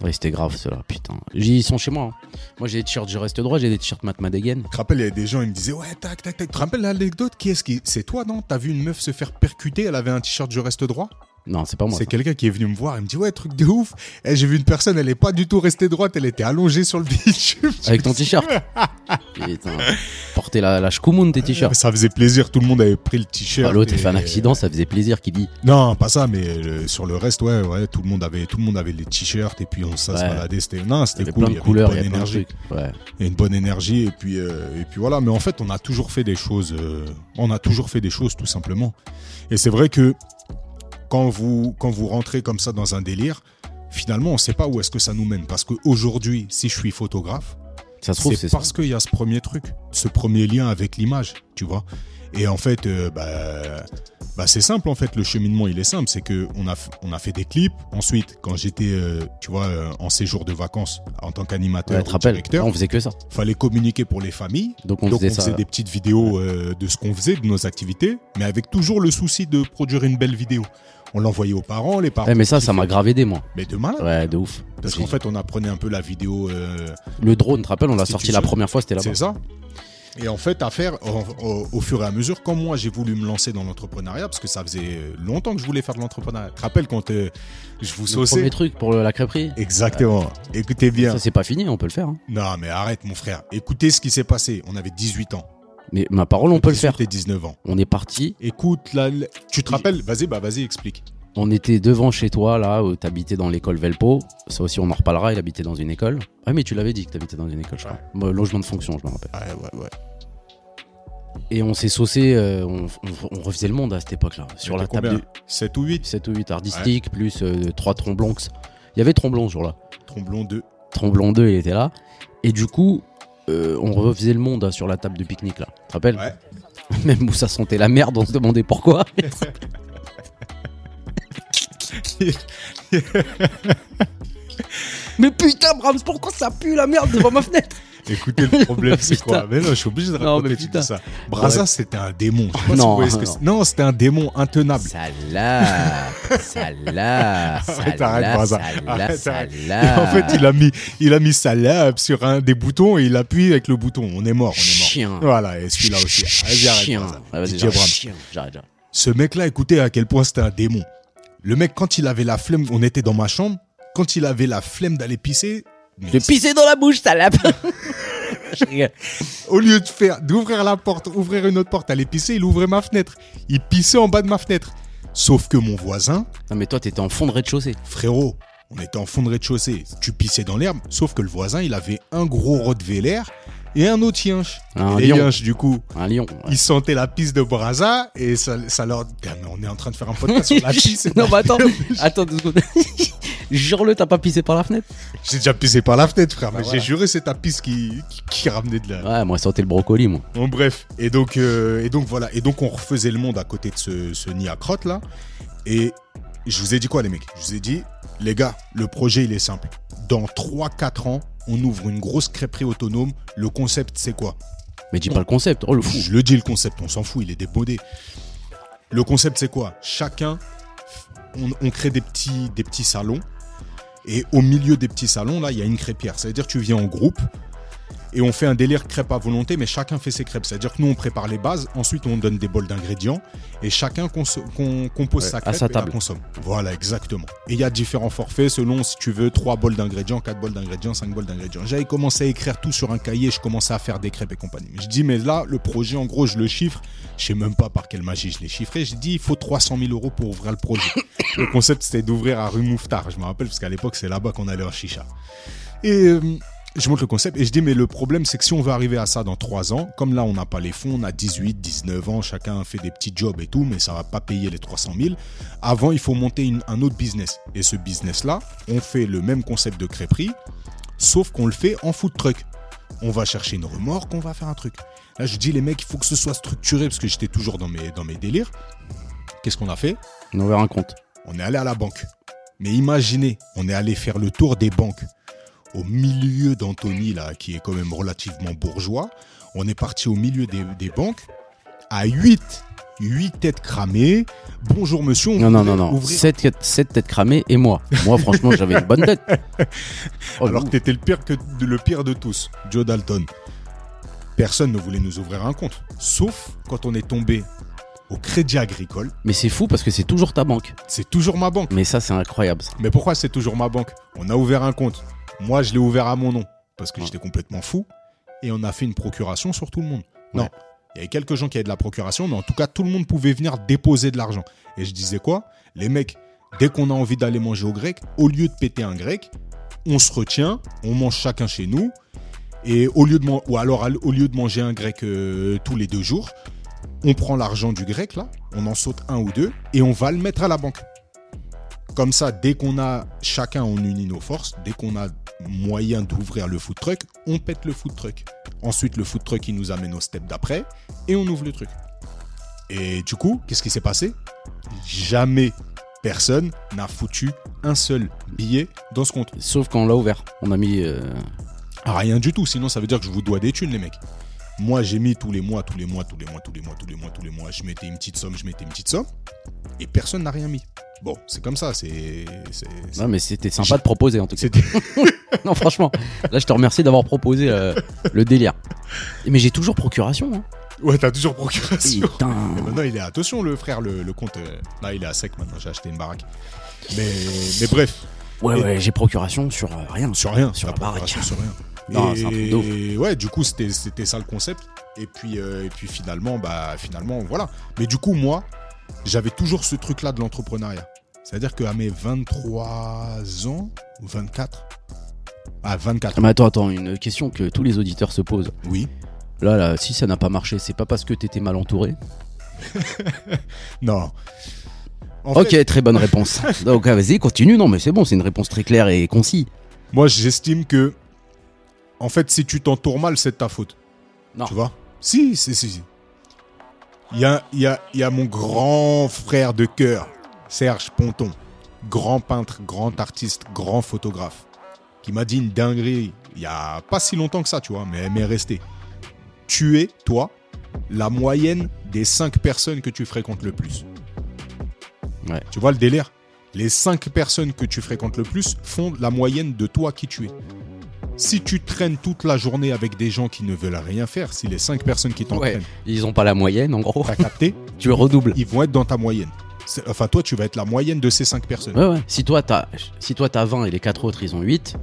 C: Ouais, c'était grave, ceux-là, putain. Ils sont chez moi. hein. Moi, j'ai des t-shirts, je reste droit, j'ai des t-shirts Matt Madegen.
B: Je te rappelle, il y avait des gens, ils me disaient Ouais, tac, tac, tac. Tu te rappelles l'anecdote Qui est-ce qui. C'est toi, non T'as vu une meuf se faire percuter Elle avait un t-shirt Je reste droit
C: Non, c'est pas moi.
B: C'est
C: ça.
B: quelqu'un qui est venu me voir. Il me dit Ouais, truc de ouf. Eh, J'ai vu une personne, elle est pas du tout restée droite. Elle était allongée sur le [laughs] beach.
C: Avec
B: [laughs]
C: ton t-shirt. putain. Porter la, la shkoumoun, tes t-shirts.
B: Ça faisait plaisir. Tout le monde avait pris le t-shirt.
C: Ah, L'autre, il
B: et-
C: fait un accident, ça faisait plaisir qu'il dit.
B: Non, pas ça, mais euh, sur le reste, ouais, ouais, tout le monde avait, tout le monde avait les t-shirts et puis on ça se
C: Ouais.
B: baladait. C'était, non,
C: Il y
B: c'était
C: avait
B: cool.
C: plein
B: il y
C: de
B: avait
C: couleurs,
B: une
C: il y
B: bonne
C: avait plein de
B: énergie.
C: trucs. Ouais.
B: Il y a une bonne énergie et puis euh, et puis voilà mais en fait on a toujours fait des choses euh, on a toujours fait des choses tout simplement et c'est vrai que quand vous quand vous rentrez comme ça dans un délire finalement on sait pas où est-ce que ça nous mène parce qu'aujourd'hui si je suis photographe
C: Ça se trouve,
B: c'est
C: c'est ça.
B: parce qu'il y a ce premier truc ce premier lien avec l'image tu vois et en fait euh, bah Bah, c'est simple en fait, le cheminement il est simple, c'est que on a, f- on a fait des clips. Ensuite, quand j'étais, euh, tu vois, euh, en séjour de vacances en tant qu'animateur,
C: Ouais,
B: ou
C: tu te rappelles
B: directeur,
C: On faisait que ça.
B: fallait communiquer pour les familles.
C: Donc on
B: Donc
C: faisait
B: on
C: ça.
B: faisait des petites vidéos euh, de ce qu'on faisait, de nos activités, mais avec toujours le souci de produire une belle vidéo. On l'envoyait aux parents, les parents.
C: Eh, mais ça, ça m'a gravé des mois.
B: Mais de malade.
C: Ouais, de ouf.
B: Parce qu'en fait, on apprenait un peu la vidéo. euh,
C: Le drone, tu te rappelles, on l'a
B: Si
C: sorti
B: tu
C: la
B: sais.
C: première fois, c'était là-bas.
B: c'est ça. Et en fait, à faire au, au- au fur et à mesure, quand moi j'ai voulu me lancer dans l'entrepreneuriat, parce que ça faisait longtemps que je voulais faire de l'entrepreneuriat. Tu te rappelles quand euh, je vous
C: Le premier
B: saussais
C: truc pour le- la crêperie.
B: Exactement. Écoutez bien.
C: Ça, c'est pas fini, on peut le faire. hein.
B: Non, mais arrête, mon frère. Écoutez ce qui s'est passé. On avait 18 ans.
C: Mais ma parole, on peut le
B: 18
C: faire.
B: et 19 ans.
C: On est parti,
B: Écoute, là, l- tu te rappelles Vas-y, bah vas-y, explique.
C: on était devant chez toi, là, où t'habitais dans l'école Velpo. Ça aussi, on en reparlera, il habitait dans une école. Ah, mais tu l'avais dit que t'habitais dans une école, je crois. Bah, logement de fonction, je me rappelle.
B: Ouais, ouais, ouais.
C: Et on s'est saucé, euh, on, on- on refaisait le monde à cette époque-là. Sur la table de
B: 7 ou 8
C: 7 ou 8 artistiques, plus 3 tromblons. Il y avait tromblon ce jour-là.
B: Tromblon 2.
C: Tromblon 2, il était là. Et du coup, euh, on refaisait le monde hein, sur la table de pique-nique, là. Tu te rappelles
B: Ouais.
C: [laughs] Même où ça sentait la merde, on se demandait pourquoi. Mais putain, Brahms, pourquoi ça pue la merde devant ma fenêtre
B: Écoutez, le problème, c'est
C: Putain.
B: quoi Mais non, je suis obligé de
C: Non, mais
B: raconter tout
C: putain.
B: ça. Braza, c'était un démon. Je sais pas si
C: Non,
B: vous voyez ce que
C: non.
B: c'est. non, c'était un démon intenable.
C: Salade, salade,
B: Arrête, arrête, Braza.
C: salade,
B: Arrête, arrête. Et en fait, il a mis, il a mis sa lab sur un des boutons et il appuie avec le bouton. On est mort, on est mort.
C: Chien.
B: Voilà, et celui-là aussi. Vas-y, arrête, Braza.
C: Ah, vas-y,
B: DJ
C: j'arrête.
B: Bram.
C: Chien. J'arrête, j'arrête.
B: Ce mec-là, écoutez à quel point c'était un démon. Le mec, quand il avait la flemme, on était dans ma chambre, quand il avait la flemme d'aller pisser, mais
C: De pisser dans la bouche, salade. [laughs] Je rigole.
B: au lieu de faire, d'ouvrir la porte, ouvrir une autre porte, aller pisser, il ouvrait ma fenêtre. Il pissait en bas de ma fenêtre. Sauf que mon voisin,
C: non, mais toi, t'étais en fond de rez-de-chaussée.
B: frérot, on était en fond de rez-de-chaussée, tu pissais dans l'herbe, sauf que le voisin, il avait un gros rottweiler et un autre yinche.
C: Un
B: Les
C: lion.
B: yinches, du coup,
C: Un lion. ouais.
B: ils sentaient la pisse de Braza et ça, ça leur... Putain, mais on est en train de faire un podcast
C: [laughs]
B: sur la pisse. et-
C: non, mais attends, [laughs] attends deux secondes. Jure-le, t'as pas pissé par la fenêtre
B: [laughs] J'ai déjà pissé par la fenêtre, frère, mais
C: Bah, voilà.
B: j'ai juré c'est ta pisse qui, qui, qui ramenait de la.
C: Ouais, moi, c'était le brocoli, moi.
B: Bon, bref. Et donc, euh, et donc voilà. Et donc on refaisait le monde à côté de ce, ce nid à crotte là. Et je vous ai dit quoi les mecs Je vous ai dit, les gars, le projet il est simple. Dans 3-4 ans, on ouvre une grosse crêperie autonome. Le concept c'est quoi
C: Mais dis pas le concept, oh le fou.
B: Je le dis le concept, on s'en fout, il est démodé. Le concept c'est quoi Chacun, on, on crée des petits, des petits salons. Et au milieu des petits salons, là, il y a une crêpière. C'est-à-dire tu viens en groupe et on fait un délire crêpe à volonté, mais chacun fait ses crêpes. C'est-à-dire que nous, on prépare les bases, ensuite on donne des bols d'ingrédients et chacun conso- con- compose
C: Ouais,
B: sa
C: à
B: crêpe
C: sa
B: et la
C: table.
B: consomme. Voilà, exactement. Et il y a différents forfaits selon si tu veux 3 bols d'ingrédients, 4 bols d'ingrédients, 5 bols d'ingrédients. J'avais commencé à écrire tout sur un cahier, je commençais à faire des crêpes et compagnie. Mais je dis, mais là, le projet, en gros, je le chiffre. Je sais même pas par quelle magie je l'ai chiffré. Je dis, il faut 300 000 euros pour ouvrir le projet. le concept, c'était d'ouvrir à rue Mouffetard. Je me rappelle, parce qu'à l'époque, c'est là-bas qu'on allait en chicha. Et euh, je montre le concept et je dis, mais le problème, c'est que si on veut arriver à ça dans 3 ans, comme là, on n'a pas les fonds, on a 18, 19 ans, chacun fait des petits jobs et tout, mais ça va pas payer les 300 000. Avant, il faut monter une- un autre business. Et ce business-là, on fait le même concept de crêperie, sauf qu'on le fait en food truck. On va chercher une remorque, on va faire un truc. Là, je dis, les mecs, il faut que ce soit structuré, parce que j'étais toujours dans mes, dans mes délires. Qu'est-ce qu'on a fait
C: On a ouvert
B: [laughs]
C: un compte.
B: on est allé à la banque. Mais imaginez, on est allé faire le tour des banques. Au milieu d'Anthony, là, qui est quand même relativement bourgeois, on est parti au milieu des, des banques à 8. 8 têtes cramées. Bonjour monsieur, on
C: Non, non,
B: voudrait
C: non, non.
B: ouvrir-
C: 7 têtes cramées et moi. Moi, franchement, j'avais une bonne
B: [laughs]
C: tête. Oh, le
B: Alors que
C: ouf.
B: t'étais le pire, que, le pire de tous, Joe Dalton. Personne ne voulait nous ouvrir un compte. Sauf quand on est tombé au crédit agricole.
C: mais c'est fou parce que c'est toujours ta banque.
B: C'est toujours ma banque.
C: Mais ça, c'est incroyable. ça.
B: Mais pourquoi c'est toujours ma banque On a ouvert un compte. Moi, je l'ai ouvert à mon nom parce que
C: Ouais.
B: j'étais complètement fou. Et on a fait une procuration sur tout le monde.
C: Ouais.
B: Non. Il y avait quelques gens qui avaient de la procuration, mais en tout cas, tout le monde pouvait venir déposer de l'argent. Et je disais quoi Les mecs, dès qu'on a envie d'aller manger au grec, au lieu de péter un grec, on se retient, on mange chacun chez nous. Et au lieu de man- ou alors au lieu de manger un grec euh, tous les deux jours, on prend l'argent du grec là, on en saute un ou deux et on va le mettre à la banque. Comme ça, dès qu'on a chacun, on unit nos forces. Dès qu'on a moyen d'ouvrir le food truck, on pète le food truck. Ensuite, le food truck, il nous amène au step d'après et on ouvre le truc. Et du coup, qu'est-ce qui s'est passé Jamais personne n'a foutu un seul billet dans ce compte.
C: Sauf quand on l'a ouvert. On a mis. euh,
B: Rien du tout, sinon ça veut dire que je vous dois des thunes, les mecs. Moi, j'ai mis tous les mois, tous les mois, tous les mois, tous les mois, tous les mois, tous les mois. Je mettais une petite somme, je mettais une petite somme. Et personne n'a rien mis. Bon, c'est comme ça, c'est. c'est- c'est-
C: Non, mais c'était
B: J'ai-
C: sympa de proposer en tout cas.
B: C'était.
C: [laughs] non, franchement, là, je te remercie d'avoir proposé euh, le délire. Mais j'ai toujours procuration. Hein.
B: Ouais, t'as toujours procuration.
C: Putain.
B: Et maintenant, il est. Attention, le frère, le, le compte. euh, Là, il est à sec maintenant, j'ai acheté une baraque. Mais, mais bref,
C: Ouais,
B: Et-
C: ouais, j'ai procuration sur euh, rien.
B: sur rien.
C: Sur
B: t'as
C: la baraque.
B: procuration Sur rien.
C: Non, c'est un truc de ouf.
B: Et ouais, du coup, c'était c'était ça le concept. Et puis, euh, et puis finalement, bah, finalement, voilà. Mais du coup, moi, j'avais toujours ce truc-là de l'entrepreneuriat. C'est-à-dire qu'à mes 23 ans, ou Ah, 24, à 24,
C: Mais attends, attends, une question que tous les auditeurs se posent.
B: oui.
C: Là, là, si ça n'a pas marché, c'est pas parce que t'étais mal entouré.
B: Non. En
C: ok,
B: fait,
C: très
B: [laughs]
C: bonne réponse. Donc, ah, vas-y, continue. Non, mais c'est bon, c'est une réponse très claire et concise.
B: moi, j'estime que, en fait, si tu t'entoures mal, c'est de ta faute.
C: Non.
B: Tu vois Si, si, si. si. Il y a, il y a- il y a mon grand frère de cœur, Serge Ponton, grand peintre, grand artiste, grand photographe, qui m'a dit une dinguerie il y a pas si longtemps que ça, tu vois, mais elle m'est restée. Tu es, toi, la moyenne des cinq personnes que tu fréquentes le plus.
C: Ouais.
B: Tu vois le délire Les cinq personnes que tu fréquentes le plus font la moyenne de toi qui tu es. Si tu traînes toute la journée avec des gens qui ne veulent rien faire, si les cinq personnes qui t'entraînent,
C: Ouais, ils ont pas la moyenne, en gros.
B: t'as capté,
C: Tu redoubles.
B: ils vont être dans ta moyenne. C'est- Enfin, toi, tu vas être la moyenne de ces cinq personnes.
C: Ouais, ouais. Si toi, t'as si toi, t'as 20 et les quatre autres, ils ont 8,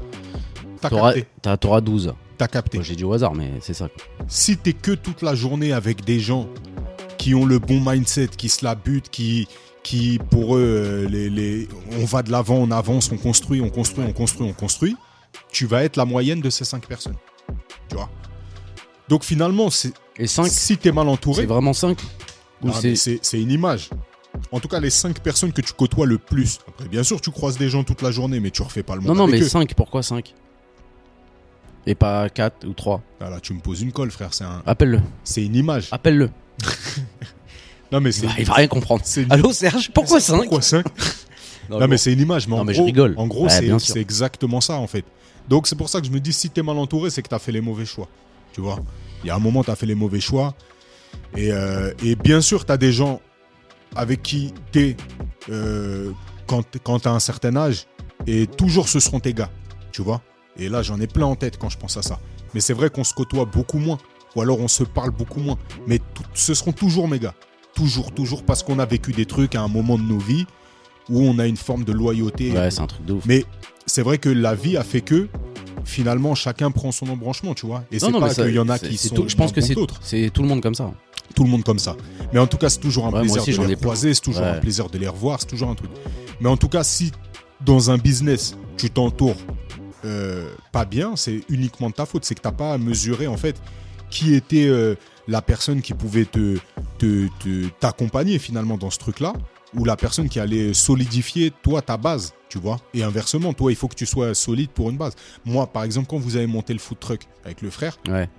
B: T'as
C: t'auras
B: capté.
C: t'as- t'auras 12.
B: T'as capté.
C: Moi, J'ai dit au hasard, mais c'est ça. quoi.
B: Si t'es que toute la journée avec des gens qui ont le bon mindset, qui se la butent, qui, qui pour eux, euh, les, les- on va de l'avant, on avance, on construit, on construit, on construit, on construit, tu vas être la moyenne de ces cinq personnes. Tu vois Donc finalement, c'est-
C: Et 5,
B: si t'es mal
C: c'est
B: entouré,
C: vraiment 5 Ou
B: Non, mais
C: c'est.
B: c'est c'est une image. En tout cas, les cinq personnes que tu côtoies le plus. Après, bien sûr, tu croises des gens toute la journée, mais tu refais pas le monde
C: Non, non,
B: avec
C: mais
B: eux.
C: 5, pourquoi 5 Et pas 4 ou 3
B: Ah là, tu me poses une colle, frère. C'est un-
C: Appelle-le,
B: c'est une image.
C: appelle-le.
B: Non, mais
C: Il
B: c'est.
C: va- Il va rien comprendre.
B: c'est-
C: Allô Serge, pourquoi 5
B: Pourquoi cinq Non, mais c'est une image, mais
C: Non,
B: en
C: mais je
B: gros,
C: rigole.
B: en gros,
C: Ouais,
B: c'est-
C: bien sûr.
B: c'est exactement ça en fait. Donc c'est pour ça que je me dis, si t'es mal entouré, c'est que t'as fait les mauvais choix. Tu vois, il y a un moment, t'as fait les mauvais choix. Et, euh, et bien sûr, t'as des gens avec qui t'es euh, quand, t- quand t'as un certain âge, et toujours ce seront tes gars. Tu vois. Et là, j'en ai plein en tête quand je pense à ça. Mais c'est vrai qu'on se côtoie beaucoup moins, ou alors on se parle beaucoup moins. Mais tout- ce seront toujours mes gars. Toujours, toujours, parce qu'on a vécu des trucs à un moment de nos vies où on a une forme de loyauté.
C: Ouais, c'est un truc de ouf.
B: Mais c'est vrai que la vie a fait que finalement chacun prend son embranchement, tu vois. Et c'est
C: mais
B: pas
C: ça-
B: qu'il y en a
C: c'est-
B: qui
C: c'est
B: sont
C: tout- Je pense que
B: moins bons
C: c'est
B: d'autres.
C: c'est tout le monde comme ça. hein.
B: Tout le monde comme ça. Mais en tout cas, c'est toujours un
C: Ouais, moi
B: plaisir
C: aussi,
B: de
C: j'en ai
B: les
C: plein.
B: croiser, c'est toujours un
C: Ouais.
B: plaisir de les revoir, c'est toujours un truc. Mais en tout cas, si dans un business tu t'entoures euh, pas bien, c'est uniquement de ta faute. C'est que t'as pas à mesurer en fait qui était euh, la personne qui pouvait te te- te- t'accompagner finalement dans ce truc-là ou la personne qui allait solidifier toi ta base, tu vois. Et inversement, toi, il faut que tu sois solide pour une base. Moi, par exemple, quand vous avez monté le food truck avec le frère,
C: Ouais.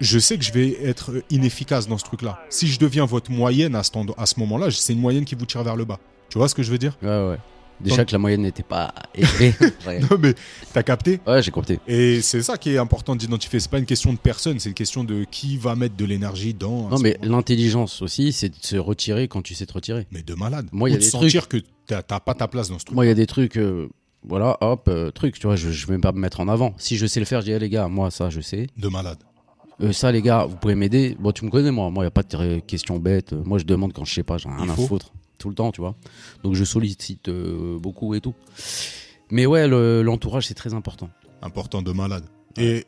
B: je sais que je vais être inefficace dans ce truc-là. Si je deviens votre moyenne à ce, temps- à ce moment-là, c'est une moyenne qui vous tire vers le bas. Tu vois ce que je veux dire [laughs]
C: Ouais, ouais. Déjà que la moyenne n'était pas [laughs] élevée. ouais,
B: Non, mais t'as capté
C: Ouais, j'ai compris.
B: Et c'est ça qui est important d'identifier. C'est pas une question de personne, c'est une question de qui va mettre de l'énergie dans. un
C: Non, mais
B: certain-
C: l'intelligence aussi, c'est de se retirer quand tu sais te retirer.
B: mais de malade.
C: Moi, il y
B: Ou
C: a
B: de
C: des
B: sentir que t'as t'as pas ta place dans ce truc.
C: Moi, il y a des trucs, euh, voilà, hop, euh, truc, tu vois, je, je vais pas me mettre en avant. Si je sais le faire, je dis, eh, les gars, moi, ça, je sais.
B: De malade.
C: Euh, ça, les gars, vous pouvez m'aider. Bon, tu me connais, moi. Moi, il n'y a pas de euh, questions bêtes. Euh, Moi, je demande quand je sais pas, j'ai
B: Il
C: rien à
B: faut.
C: foutre. Tout le temps, tu vois. Donc, je sollicite euh, beaucoup et tout. Mais ouais, le- l'entourage, c'est très important.
B: Important de malade. Et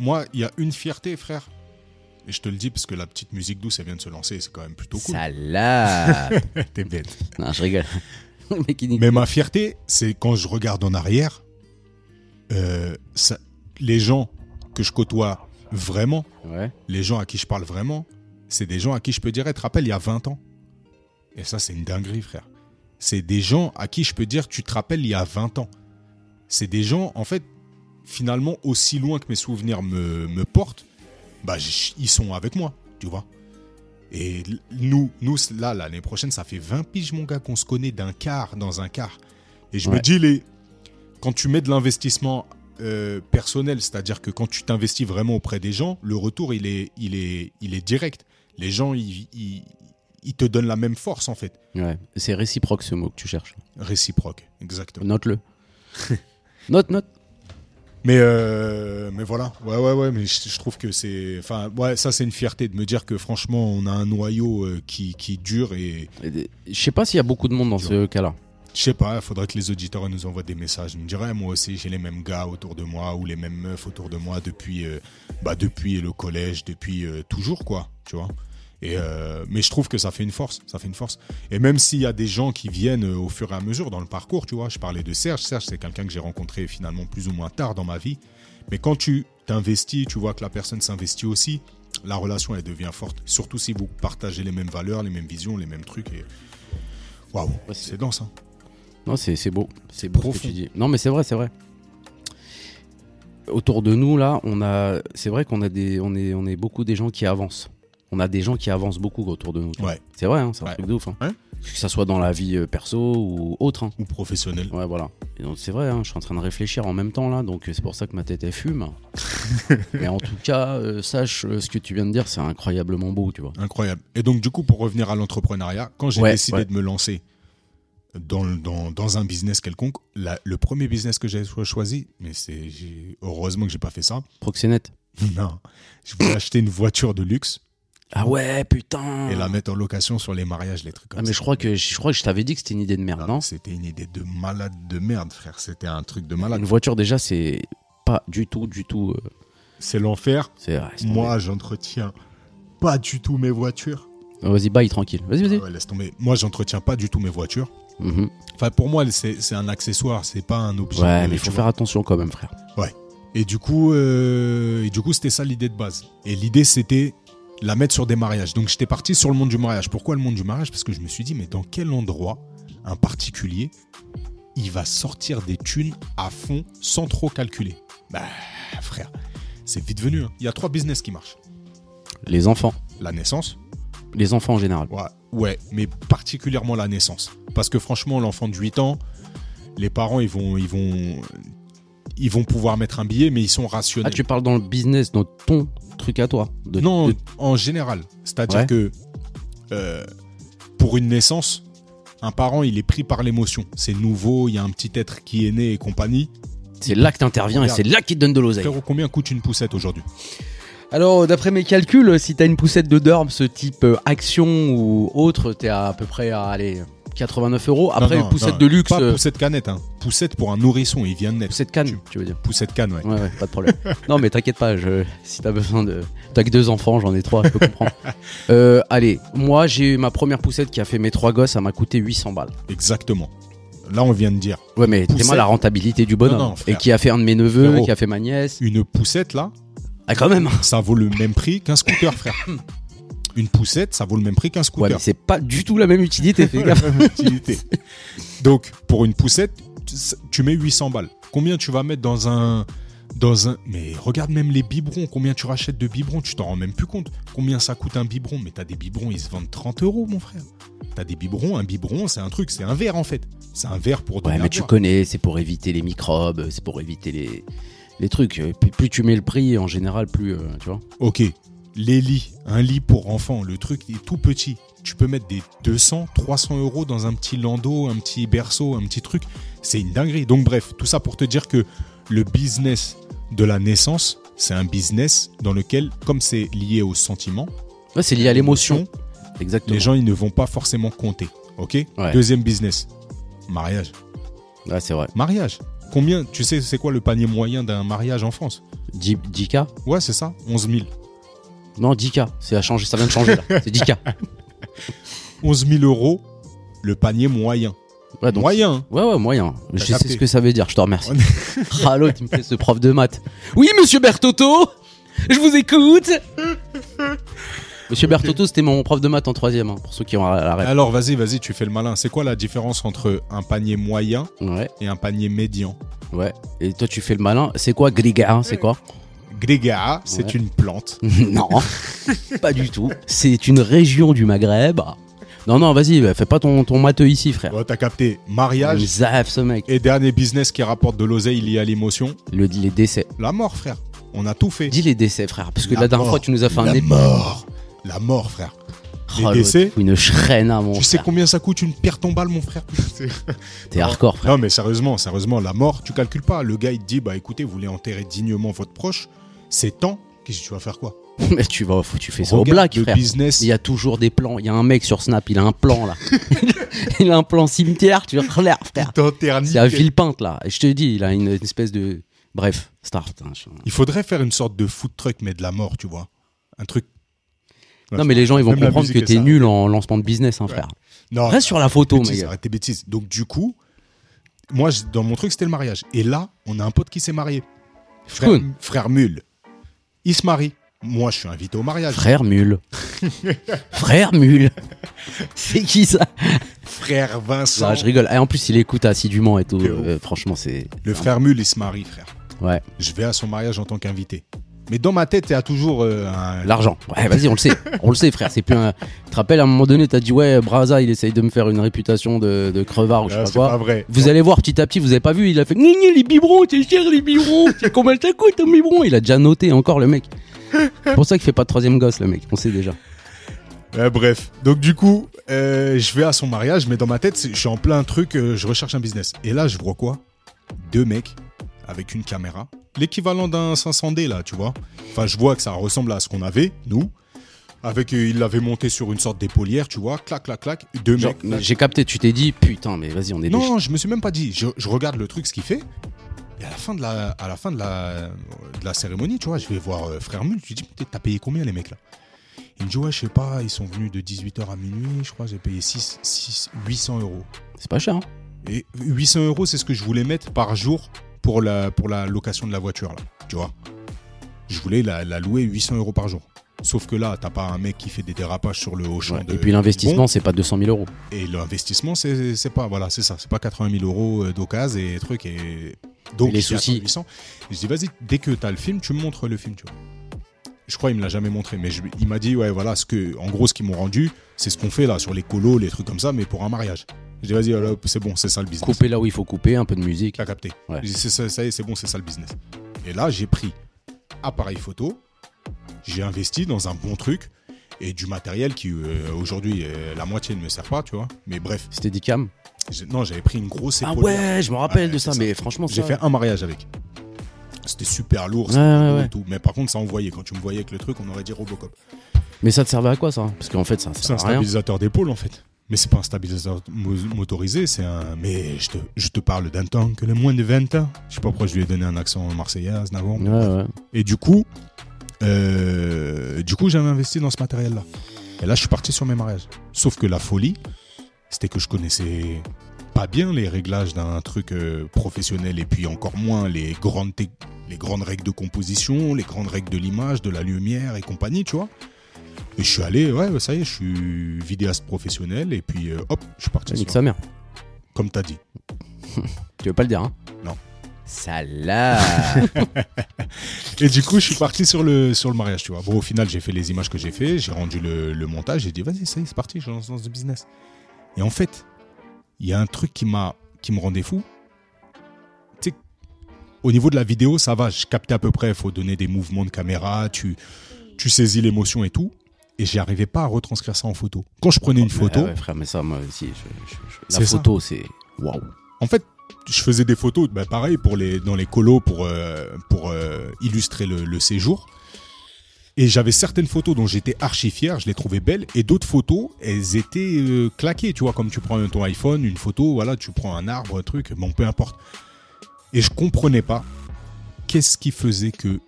B: moi, il y a une fierté, frère. Et je te le dis parce que la petite musique douce, elle vient de se lancer. C'est quand même plutôt [laughs] cool.
C: Salade [laughs]
B: T'es bête.
C: Non, je rigole. [laughs] Le mec, il dit-
B: Mais ma fierté, c'est quand je regarde en arrière, euh, ça- les gens que je côtoie vraiment,
C: Ouais.
B: les gens à qui je parle vraiment, c'est des gens à qui je peux dire, Eh, te rappelles, il y a 20 ans. Et ça, c'est une dinguerie, frère. C'est des gens à qui je peux dire, tu te rappelles, il y a 20 ans. C'est des gens, en fait, finalement, aussi loin que mes souvenirs me, me portent, bah, j- ils sont avec moi, tu vois. Et l- nous, nous là, l'année prochaine, ça fait 20 piges, mon gars, qu'on se connaît d'un quart dans un quart. Et je me
C: Ouais.
B: dis, les... quand tu mets de l'investissement euh, personnel, c'est-à-dire que quand tu t'investis vraiment auprès des gens, le retour, il est, il est, il est direct. Les gens, ils, ils- ils te donnent la même force, en fait.
C: Ouais. C'est réciproque ce mot que tu cherches.
B: Réciproque, exactement.
C: [laughs] Note-le. note, note.
B: Mais, euh, mais voilà, ouais, ouais, ouais, mais je, je trouve que c'est. Enfin, ouais, ça, c'est une fierté de me dire que franchement, on a un noyau euh, qui, qui dure et.
C: Je sais pas s'il y a beaucoup de monde dans ce cas-là.
B: Je sais pas, faudrait que les auditeurs nous envoient des messages. Ils me diraient, moi aussi, j'ai les mêmes gars autour de moi ou les mêmes meufs autour de moi depuis, euh, bah, depuis le collège, depuis euh, toujours, quoi, tu vois. Et, euh, mais je trouve que ça fait une force, ça fait une force. Et même s'il y a des gens qui viennent euh, au fur et à mesure dans le parcours, tu vois, je parlais de Serge. Serge, c'est quelqu'un que j'ai rencontré finalement plus ou moins tard dans ma vie. Mais quand tu t'investis, tu vois que la personne s'investit aussi, la relation, elle devient forte. Surtout si vous partagez les mêmes valeurs, les mêmes visions, les mêmes trucs. Et... Waouh,
C: Ouais, c'est-
B: c'est dense, hein.
C: Non, c'est c'est beau. C'est beau ce que
B: profond.
C: tu dis. Non, mais c'est vrai, c'est vrai. Autour de nous, là, on a. C'est vrai qu'on a des. On est, on est beaucoup des gens qui avancent. On a des gens qui avancent beaucoup autour de nous. tu vois.
B: Ouais.
C: C'est vrai, hein, c'est un
B: Ouais.
C: truc de ouf. hein.
B: Ouais.
C: Que ça soit dans la vie euh, perso ou autre. hein.
B: ou professionnel.
C: Ouais, voilà. Et donc, c'est vrai, hein, je suis en train de réfléchir en même temps, là, donc euh, c'est pour ça que ma tête,
B: [laughs]
C: elle fume. mais en tout cas, euh, sache euh, ce que tu viens de dire, c'est incroyablement beau, tu vois.
B: Incroyable. Et donc, du coup, pour revenir à l'entrepreneuriat, quand j'ai
C: Ouais,
B: décidé
C: ouais.
B: de me lancer dans, le- dans, dans un business quelconque, la- le premier business que j'ai cho- choisi, mais c'est j'ai- heureusement que j'ai pas fait ça, [laughs]
C: Proxénète.
B: non, je voulais acheter une voiture de luxe
C: Ah ouais, putain
B: et la mettre en location sur les mariages, les trucs comme
C: Ah, mais
B: ça.
C: je crois que je, je crois que je t'avais dit que c'était une idée de merde,
B: Non,
C: non
B: C'était une idée de malade de merde, frère. C'était un truc de malade.
C: Une voiture déjà, c'est pas du tout, du tout. euh,
B: C'est l'enfer.
C: c'est ouais, c'est
B: Moi, j'entretiens pas du tout mes voitures.
C: tombé. Vas-y, baille tranquille. Vas-y, vas-y.
B: Ah ouais, laisse tomber. Moi, j'entretiens pas du tout mes voitures.
C: Mhm.
B: Enfin, pour moi, c'est c'est un accessoire, c'est pas un objet. euh,
C: Ouais, mais il
B: tu
C: faut
B: vois.
C: faire attention quand même, frère.
B: Et du coup, euh, et du coup, c'était ça l'idée de base. Et l'idée, c'était la mettre sur des mariages. Donc, j'étais parti sur le monde du mariage. Pourquoi le monde du mariage Parce que je me suis dit, mais dans quel endroit un particulier il va sortir des thunes à fond sans trop calculer Bah, frère, c'est vite venu. hein. Il y a trois business qui marchent
C: Les enfants.
B: la naissance.
C: Les enfants en général.
B: Ouais, ouais, mais particulièrement la naissance. Parce que franchement, l'enfant de 8 ans, les parents, ils vont, ils vont, ils vont pouvoir mettre un billet, mais ils sont
C: Ah,
B: rationnels.
C: tu parles dans le business, dans ton truc à toi. de-
B: non,
C: de-
B: en général. C'est-à-dire
C: Ouais.
B: que euh, pour une naissance, un parent, il est pris par l'émotion. C'est nouveau, il y a un petit être qui est né et compagnie.
C: c'est là que t'interviens et
B: Regarde.
C: c'est là qu'il te donne de l'oseille.
B: Frérot, combien coûte une poussette aujourd'hui
C: Alors, d'après mes calculs, si t'as une poussette de Dorm, ce type euh, action ou autre, t'es à, à peu près à allez, 89 euros. Après,
B: Non, non,
C: une poussette
B: non,
C: de luxe,
B: Pas
C: euh,
B: poussette canette, hein. poussette pour un nourrisson, il vient de naître.
C: poussette canne,
B: Tu-
C: tu veux dire.
B: Poussette canne, ouais.
C: Ouais, ouais, pas
B: [laughs]
C: de problème. non, mais t'inquiète pas, je, si t'as besoin de. T'as que deux enfants, j'en ai trois, je peux
B: [laughs]
C: comprendre. Euh, allez, moi, j'ai eu ma première poussette qui a fait mes trois gosses, ça m'a coûté 800 balles.
B: Exactement. Là, on vient de dire.
C: Ouais, mais
B: Poussette.
C: dis-moi la rentabilité du bonhomme.
B: Non, non,
C: et
B: frère.
C: qui a fait un de mes neveux,
B: Frérot.
C: qui a fait ma nièce.
B: Une poussette, là,
C: Ah, quand même
B: ça vaut le même prix qu'un scooter, frère.
C: Hmm.
B: Une poussette, ça vaut le même prix qu'un [laughs]
C: Ouais, mais
B: scooter.
C: c'est pas du tout la même
B: [laughs]
C: utilité, fais gaffe.
B: La même utilité. Donc, pour une poussette, tu- tu mets 800 balles. Combien tu vas mettre dans un. Dans un... Mais regarde même les biberons, combien tu rachètes de biberons, tu t'en rends même plus compte. Combien ça coûte un biberon Mais t'as des biberons, ils se vendent 30 euros, mon frère. T'as des biberons, un biberon, c'est un truc, c'est un verre en fait. C'est un verre pour donner
C: Ouais,
B: à
C: mais tu
B: boire.
C: connais, c'est pour éviter les microbes, c'est pour éviter les, les trucs. Et puis, plus tu mets le prix, en général, plus. euh, tu vois
B: Ok, les lits, un lit pour enfant, le truc est tout petit. Tu peux mettre des 200, 300 euros dans un petit landau, un petit berceau, un petit truc. C'est une dinguerie. Donc bref, tout ça pour te dire que le business de la naissance, c'est un business dans lequel, comme c'est lié au sentiment,
C: Ouais, c'est lié à l'émotion. Exactement.
B: les gens, ils ne vont pas forcément compter. Ok
C: Ouais.
B: Deuxième business, mariage.
C: Ouais, c'est vrai.
B: Mariage. Combien, tu sais, c'est quoi le panier moyen d'un mariage en France
C: 10, 10K
B: Ouais, c'est ça, 11 000.
C: Non, 10K. C'est à changer, ça vient de changer là. C'est 10K.
B: 11 000 euros, le panier moyen.
C: Ouais, donc-
B: moyen, hein.
C: Ouais, ouais, moyen. Je sais
B: capté.
C: ce que ça veut dire, je te remercie. [laughs] ah, l'autre, il me fait ce prof de maths. Oui, monsieur Bertotto Je vous
B: [laughs]
C: écoute Monsieur Bertotto, c'était mon prof de maths en troisième, hein, pour ceux qui ont la rêve.
B: Alors vas-y, vas-y, tu fais le malin. C'est quoi la différence entre un panier moyen
C: Ouais,
B: et un panier médian
C: ouais. Et toi, tu fais le malin. C'est quoi [laughs] Griga hein, C'est quoi
B: Grégaa, c'est
C: Ouais.
B: une plante.
C: non, pas du tout. C'est une région du Maghreb. Non, non, vas-y, bah, fais pas ton, ton matheux ici, frère.
B: Bon, Oh, T'as capté, mariage
C: Zaf, ce mec.
B: et dernier business qui rapporte de l'oseille lié à l'émotion,
C: Le- les décès.
B: la mort, frère. On a tout fait.
C: Dis les décès, frère, parce que
B: La
C: la, dernière
B: mort.
C: fois, tu nous as fait un
B: La
C: épisode.
B: mort. La mort, frère. Les décès.
C: Une shrine à mon
B: tu sais
C: frère.
B: combien ça coûte une pierre tombale, mon
C: [laughs]
B: frère C'est-
C: T'es hardcore, frère.
B: Non, mais sérieusement, sérieusement, la mort, tu calcules pas. Le gars, il te dit, bah écoutez, vous voulez enterrer dignement votre proche, c'est temps. Qu'est-ce que tu vas faire quoi
C: [laughs] Mais tu vas, faut- tu fais ça au
B: Regarde
C: black,
B: le
C: frère.
B: business.
C: Il y a toujours des plans. Il y a un mec sur Snap, il a un plan là. [laughs] il a un plan cimetière, tu relèves, frère.
B: T'enterres
C: C'est à
B: nickel.
C: Villepinte là. Et je te dis, il a une, une espèce de. Bref, start. hein, je-
B: Il faudrait faire une sorte de food truck, mais de la mort, tu vois. Un truc. Ouais,
C: Non, mais les gens, ils vont
B: Même la
C: comprendre que
B: musique est
C: t'es
B: ça.
C: nul en lancement de business, hein, frère.
B: Non,
C: Reste sur la photo,
B: bêtises,
C: mec.
B: arrête tes bêtises. Donc, du coup, moi, je- dans mon truc, c'était le mariage. Et là, on a un pote qui s'est marié. Frère,
C: Cool.
B: frère Mule. Il se marie. Moi, je suis invité au mariage. [laughs]
C: Frère Mule. Frère Mule. [laughs] C'est qui ça
B: Frère Vincent.
C: Non, Je rigole. Et en plus, il écoute assidûment et tout.
B: T'es ouf.
C: Euh, franchement, c'est.
B: oh. Le frère Mule, il se marie, frère.
C: Ouais.
B: Je vais à son mariage en tant qu'invité. Mais dans ma tête, il y a toujours euh, un.
C: L'argent. Ouais, vas-y, on le sait. On le sait, frère. C'est plus un. Tu te rappelles, à un moment donné, t'as dit, ouais, Braza, il essaye de me faire une réputation de, de crevard ou je sais
B: Ah,
C: pas
B: c'est
C: quoi.
B: pas vrai.
C: Vous allez voir petit à petit, vous avez pas vu, il a fait Gna, gna, les biberons, c'est cher
B: [laughs]
C: les biberons, c'est combien ça coûte un biberon Il a déjà noté encore le mec. C'est pour ça qu'il fait pas de troisième gosse le mec, on sait déjà.
B: Ouais, bref. Donc, du coup, euh, je vais à son mariage, mais dans ma tête, c'est- je suis en plein truc, euh, je recherche un business. Et là, je vois quoi Deux mecs avec une caméra, l'équivalent d'un 500D, là, tu vois. Enfin, je vois que ça ressemble à ce qu'on avait, nous. Avec, euh, il l'avait monté sur une sorte d'épaulière, tu vois, clac, clac, clac. Deux
C: Genre,
B: mecs. là,
C: J'ai capté, tu t'es dit putain mais vas-y on est des
B: Non, je me suis même pas dit. Je, je regarde le truc, ce qu'il fait. Et à la fin de la, à la, fin de la, de la cérémonie, tu vois, je vais voir euh, Frère Mule. Je lui dis, Putain, t'as payé combien les mecs là Il me dit, ouais, je sais pas, ils sont venus de 18h à minuit, je crois, j'ai payé 6, 6, 800 euros.
C: C'est pas cher. hein.
B: Et 800 euros, c'est ce que je voulais mettre par jour pour la, pour la location de la voiture, là, tu vois. Je voulais la, la louer 800 euros par jour. Sauf que là, t'as pas un mec qui fait des dérapages sur le haut champ. de
C: Ouais. Et puis
B: Lisbonne.
C: l'investissement c'est pas 200 000 euros.
B: Et l'investissement, c'est c'est pas, voilà, c'est ça, c'est pas 80 000 euros euh, d'occasion et trucs et donc
C: Et les
B: je dis, attends,
C: soucis.
B: 800. Et Je dis vas-y, dès que t'as le film, tu me montres le film, tu vois. Je crois il me l'a jamais montré, mais je- il m'a dit ouais voilà ce que, en gros ce qu'ils m'ont rendu, c'est ce qu'on fait là sur les colos, les trucs comme ça, mais pour un mariage. Je dis vas-y, voilà, c'est bon, c'est ça le business.
C: Couper là où il faut couper, un peu de musique.
B: T'as capté.
C: Ouais.
B: Je dis, c'est ça, ça y est, c'est bon, c'est ça le business. Et là, j'ai pris appareil photo, j'ai investi dans un bon truc et du matériel qui euh, aujourd'hui euh, la moitié ne me sert pas, tu vois. Mais bref.
C: C'était dit cam.
B: J'ai- Non, j'avais pris une grosse
C: Ah
B: épaule.
C: ouais, je me rappelle
B: Ouais,
C: de
B: c'est
C: ça,
B: ça.
C: mais franchement
B: J'ai
C: ça-
B: fait un mariage avec. C'était super lourd,
C: Ouais,
B: c'était
C: ouais,
B: lourd et
C: ouais.
B: tout. Mais par contre, ça envoyait. Quand tu me voyais avec le truc, on aurait dit Robocop.
C: Mais ça te servait à quoi ça Parce qu'en fait ça
B: C'est un
C: sert à rien.
B: stabilisateur d'épaule en fait. Mais c'est pas un stabilisateur mo- motorisé, c'est un. Mais je te, je te parle d'un temps que le moins de 20 ans. Je sais pas pourquoi je lui ai donné un accent marseillais à Aznavour.
C: Ouais, ouais.
B: Et du coup, euh, du coup, j'avais investi dans ce matériel-là. Et là, je suis parti sur mes mariages. Sauf que la folie, c'était que je connaissais pas bien les réglages d'un truc euh, professionnel et puis encore moins les grandes, tec- les grandes règles de composition, les grandes règles de l'image, de la lumière et compagnie, tu vois. Et je suis allé, ouais, ça y est, je suis vidéaste professionnel et puis euh, hop, je suis parti.
C: Nique
B: sur-
C: sa mère.
B: Comme t'as dit.
C: Tu veux pas le dire hein
B: Non.
C: Salade.
B: Et du coup, je suis parti sur le, sur le mariage, tu vois. Bon, au final, j'ai fait les images que j'ai fait, j'ai rendu le, le montage, j'ai dit, vas-y, ça y est, c'est parti, je lance dans ce business. Et en fait, il y a un truc qui m'a, qui me rendait fou. Tu sais, au niveau de la vidéo, ça va, je captais à peu près, il faut donner des mouvements de caméra, tu, tu saisis l'émotion et tout. Et j'arrivais pas à retranscrire ça en photo. Quand je prenais [laughs] une photo,
C: Ouais, ouais, frère, Ah, mais ça moi aussi. je- je- je-
B: C'est
C: La
B: ça.
C: photo c'est waouh.
B: En fait, je faisais des photos, bah, pareil, pour les, dans les colos pour, euh, pour euh, illustrer le, le séjour. Et j'avais certaines photos dont j'étais archi fier, je les trouvais belles, et d'autres photos, elles étaient euh, claquées, tu vois, comme tu prends ton iPhone, une photo, voilà, tu prends un arbre, un truc, bon, peu importe. Et je comprenais pas qu'est-ce qui faisait que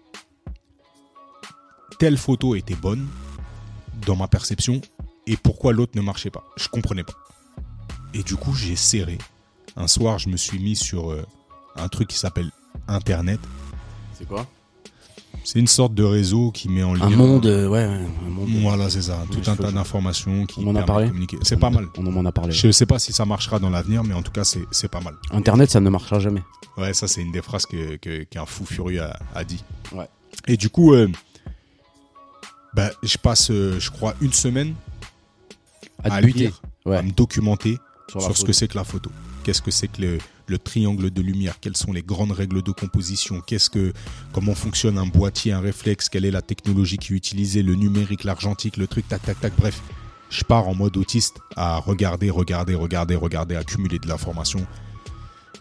B: telle photo était bonne dans ma perception et pourquoi l'autre ne marchait pas. Je comprenais pas. Et du coup, j'ai serré. Un soir, je me suis mis sur euh, un truc qui s'appelle Internet.
C: C'est quoi
B: C'est une sorte de réseau qui met en lien.
C: Un monde, euh, ouais, ouais, un monde.
B: Voilà, c'est ça. Tout
C: je
B: un
C: peux-
B: tas d'informations qui.
C: On en a
B: permettent
C: parlé
B: de communiquer. C'est pas mal.
C: On en a parlé.
B: Je ne sais pas si ça marchera dans l'avenir, mais en tout cas, c'est c'est pas mal.
C: Internet, ça ne marchera jamais.
B: Ouais, ça, c'est une des phrases qu'un que, qu'un fou furieux a, a dit.
C: Ouais.
B: Et du coup, euh, bah, je passe, euh, je crois, une semaine
C: À te
B: à
C: buter
B: lire,
C: Ouais.
B: à me documenter
C: sur
B: sur,
C: la
B: ce
C: photo.
B: que c'est que la photo. Qu'est-ce que c'est que le, le triangle de lumière Quelles sont les grandes règles de composition Qu'est-ce que, comment fonctionne un boîtier, un réflexe Quelle est la technologie qui est utilisée Le numérique, l'argentique, le truc, tac, tac, tac. Bref, je pars en mode autiste à regarder, regarder, regarder, regarder, accumuler de l'information.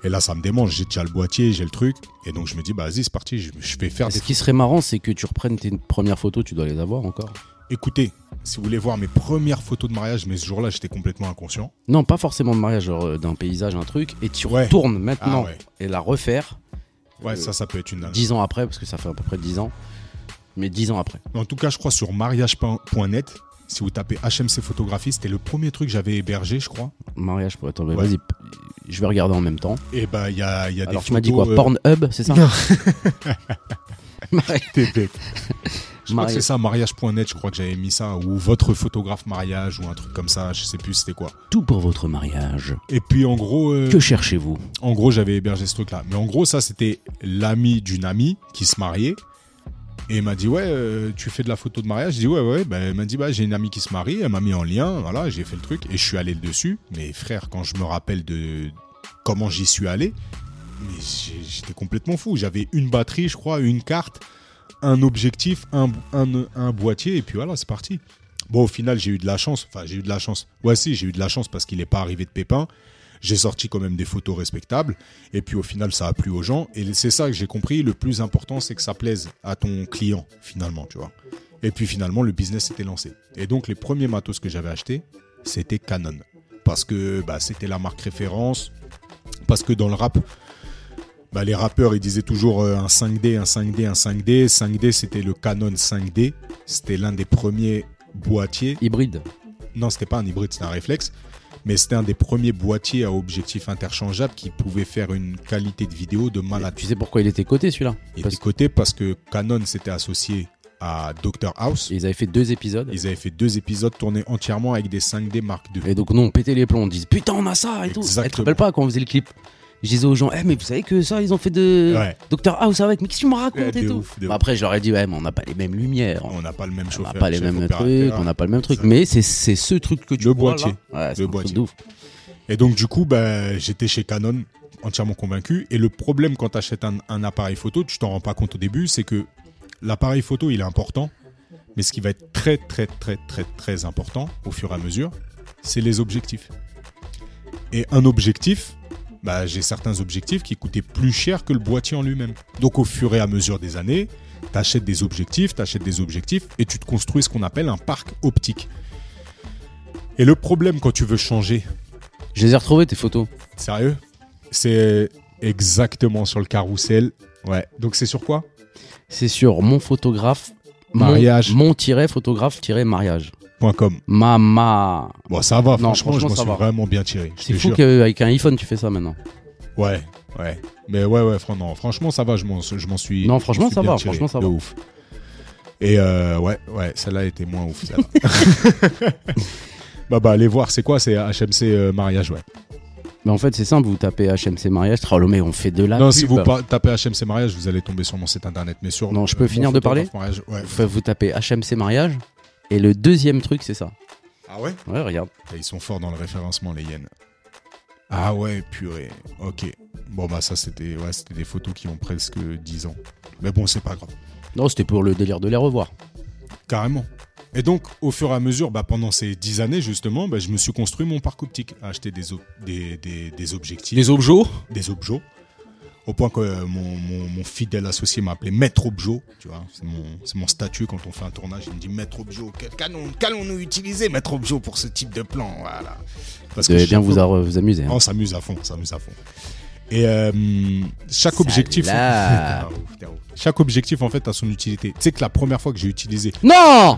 B: Et là, ça me démange. J'ai déjà le boîtier, j'ai le truc, et donc je me dis, bah vas-y, c'est parti. Je, je vais faire
C: Et
B: des
C: Ce qui serait marrant, c'est que tu reprennes tes premières photos, tu dois les avoir encore.
B: Écoutez, si vous voulez voir mes premières photos de mariage, mais ce jour-là, j'étais complètement inconscient.
C: Non, pas forcément de mariage, genre euh, d'un paysage, un truc, et tu
B: Ouais. Ah
C: retournes maintenant
B: ouais.
C: et la refaire
B: Ouais,
C: Euh,
B: ça, ça peut être une.
C: dix ans après, parce que ça fait à peu près dix ans, mais dix ans après.
B: En tout cas, je crois sur mariage.net, si vous tapez HMC photographie, c'était le premier truc que j'avais hébergé, je crois.
C: Mariage pour être.
B: Ouais.
C: Vas-y, p- je vais regarder en même temps.
B: Et bah, il y a, il y a des
C: Alors tu
B: photos,
C: m'as dit quoi
B: euh,
C: Pornhub,
B: [laughs]
C: c'est ça
B: Non.
C: Mariage-
B: t'es bête.
C: [laughs]
B: Je crois que
C: Mariage-
B: c'est ça, mariage.net, je crois que j'avais mis ça, ou votre photographe mariage, ou un truc comme ça, je sais plus c'était quoi.
C: Tout pour votre mariage.
B: Et puis en gros, euh,
C: Que cherchez-vous
B: en gros j'avais hébergé ce truc-là. Mais en gros, ça, c'était l'ami d'une amie qui se mariait. Et elle m'a dit, ouais, euh, tu fais de la photo de mariage Je dis, ouais, ouais. Ben, elle m'a dit, bah, j'ai une amie qui se marie. Elle m'a mis en lien. Voilà, j'ai fait le truc. Et je suis allé le dessus. Mais frère, quand je me rappelle de comment j'y suis allé, mais j'ai- j'étais complètement fou. J'avais une batterie, je crois, une carte, un objectif, un, un, un boîtier. Et puis voilà, c'est parti. Bon, au final, j'ai eu de la chance. Enfin, j'ai eu de la chance. Ouais, si, j'ai eu de la chance parce qu'il n'est pas arrivé de pépin. J'ai sorti quand même des photos respectables. Et puis au final, ça a plu aux gens. Et c'est ça que j'ai compris. Le plus important, c'est que ça plaise à ton client, finalement, tu vois. Et puis finalement, le business était lancé. Et donc, les premiers matos que j'avais achetés, c'était Canon. Parce que bah, c'était la marque référence. Parce que dans le rap, bah, les rappeurs, ils disaient toujours euh, un 5D, un 5D, un 5D. 5D, c'était le Canon 5D. C'était l'un des premiers boîtiers
C: Hybride.
B: non, c'était pas un hybride, c'était un réflexe. Mais c'était un des premiers boîtiers à objectif interchangeable qui pouvait faire une qualité de vidéo de malade.
C: Tu sais pourquoi il était coté celui-là
B: Et
C: parce-
B: des côtés, parce que Canon s'était associé à Dr House.
C: Ils avaient fait deux épisodes.
B: Ils avaient fait deux épisodes tournés entièrement avec des 5D Mark II.
C: Et donc, nous, on pétait les plombs, on disait putain, on a ça et tout.
B: Exactement.
C: Et tu te rappelles pas quand on faisait le clip Je disais aux gens, eh, mais vous savez que ça, ils ont fait de
B: Ouais.
C: Docteur House avec, mais qu'est-ce que tu me racontes
B: Ouais,
C: et
B: de
C: tout
B: ouf, de
C: Bah,
B: ouf.
C: Après, je leur ai dit, ouais, mais on n'a pas les mêmes lumières, on
B: On n'a pas le même
C: n'a
B: chauffeur.
C: pas les
B: chef
C: mêmes trucs,
B: opérateur.
C: on n'a pas le même truc.
B: Exact.
C: Mais c'est c'est ce truc que tu
B: Le
C: vois
B: boîtier.
C: là. Ouais, c'est
B: Le
C: un truc
B: boîtier.
C: de ouf.
B: Et donc, du coup, bah, j'étais chez Canon entièrement convaincu. Et le problème quand tu achètes un, un appareil photo, tu t'en rends pas compte au début, c'est que l'appareil photo, il est important. Mais ce qui va être très, très, très, très, très important au fur et à mesure, c'est les objectifs. Et un objectif, bah, j'ai certains objectifs qui coûtaient plus cher que le boîtier en lui-même. Donc, au fur et à mesure des années, tu achètes des objectifs, tu achètes des objectifs et tu te construis ce qu'on appelle un parc optique. Et le problème quand tu veux changer
C: Je les ai retrouvés, tes photos.
B: Sérieux C'est exactement sur le carrousel. Ouais. Donc c'est sur quoi
C: C'est sur mon photographe.
B: Mariage.
C: Mon-photographe-mariage.
B: .com.
C: Ma, ma.
B: Bon, ça va,
C: Non,
B: franchement,
C: franchement,
B: je
C: ça
B: m'en suis
C: va.
B: vraiment bien tiré. je
C: C'est
B: te
C: fou
B: jure.
C: qu'avec un iPhone, tu fais ça maintenant.
B: Ouais, ouais. Mais ouais, ouais, fran- non, franchement, ça va, je m'en je m'en suis.
C: Non,
B: je m'en
C: franchement,
B: suis
C: ça
B: bien
C: va,
B: tiré,
C: franchement, ça
B: de
C: va.
B: ouf. Et euh, ouais, ouais, celle-là était moins ouf. celle-là.
C: [laughs]
B: [laughs] bah, bah, allez voir, c'est quoi C'est HMC euh, Mariage, ouais.
C: Mais en fait, c'est simple, vous tapez HMC mariage, oh, mais on fait de la.
B: non,
C: pub.
B: si vous par- tapez HMC Mariage, vous allez tomber sur mon site internet, mais sur.
C: Non, je peux
B: mon
C: finir de parler
B: photographe mariage, ouais.
C: Enfin, vous tapez HMC mariage. Et le deuxième truc, c'est ça.
B: Ah ouais
C: Ouais, regarde.
B: Et ils sont forts dans le référencement, les yens. Ah ouais, purée. Ok. Bon, bah, ça, c'était ouais, c'était des photos qui ont presque 10 ans. Mais bon, c'est pas grave.
C: Non, c'était pour le délire de les revoir.
B: Carrément. Et donc, au fur et à mesure, bah, pendant ces 10 années, justement, bah, je me suis construit mon parc optique. à Acheter des, ob- des, des, des objectifs,
C: objets
B: des objets. Au point que euh, mon, mon- mon fidèle associé m'a appelé Maître Objo, tu vois, c'est mon, c'est mon statut quand on fait un tournage, il me dit Maître Objo, quel- qu'allons- qu'allons-nous utiliser Maître Objo pour ce type de plan Voilà. Parce
C: Vous devez
B: chaque
C: bien vous,
B: fois-
C: a- vous amuser. hein.
B: Ah, On s'amuse à fond, on s'amuse à fond. Et euh, chaque objectif, [laughs]
C: Salope.
B: T'es un ouf, t'es un ouf. chaque objectif en fait a son utilité. Tu sais que la première fois que j'ai utilisé,
C: Non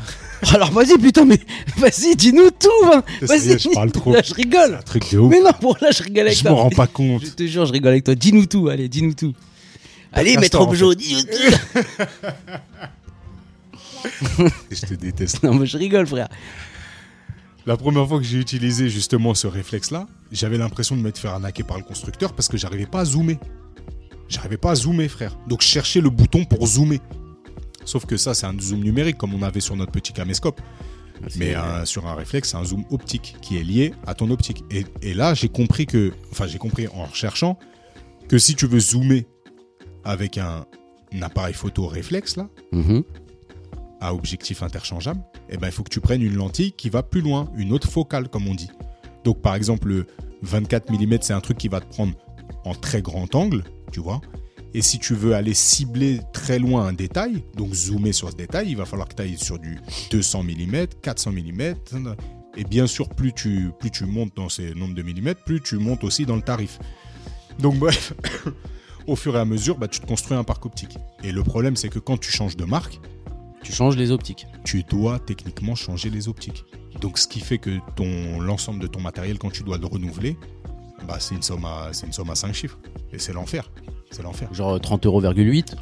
C: Alors vas-y, putain, mais [laughs] vas-y, dis-nous tout va-
B: Ça y est,
C: Vas-y,
B: je parle trop.
C: [laughs] Là, je rigole
B: un truc de ouf,
C: Mais non, bon, là, je rigole avec
B: je
C: toi.
B: m'en rends pas
C: Je
B: compte.
C: te jure, je rigole avec toi. Dis-nous tout, allez, dis-nous tout. Allez,
B: cache-toi,
C: maître
B: Bah, en
C: Objo,
B: fait.
C: dis-nous tout [laughs]
B: Je te déteste.
C: Non, mais je rigole, frère.
B: La première fois que j'ai utilisé justement ce réflexe-là, j'avais l'impression de m'être fait arnaquer par le constructeur parce que j'arrivais pas à zoomer. J'arrivais pas à zoomer, frère. Donc je cherchais le bouton pour zoomer. Sauf que ça, c'est un zoom numérique comme on avait sur notre petit caméscope. Mais euh,
C: C'est-
B: un- sur un réflexe, c'est un zoom optique qui est lié à ton optique. Et, et là, j'ai compris que, enfin, j'ai compris en recherchant que si tu veux zoomer avec un, un appareil photo réflexe là,
C: Mhm.
B: à objectif interchangeable, eh ben, il faut que tu prennes une lentille qui va plus loin, une autre focale comme on dit. Donc par exemple, le 24 mm, c'est un truc qui va te prendre en très grand angle, tu vois. Et si tu veux aller cibler très loin un détail, donc zoomer sur ce détail, il va falloir que tu ailles sur du 200 mm, 400 mm. Et bien sûr, plus tu, plus tu montes dans ces nombres de millimètres, plus tu montes aussi dans le tarif. Donc bref, [coughs] au fur et à mesure, bah, tu te construis un parc optique. Et le problème, c'est que quand tu changes de marque,
C: Tu changes les optiques.
B: tu dois techniquement changer les optiques. Donc ce qui fait que ton l'ensemble de ton matériel quand tu dois le renouveler, bah c'est une somme à c'est une somme à 5 chiffres et c'est l'enfer. C'est l'enfer.
C: Genre euh, 30,8€.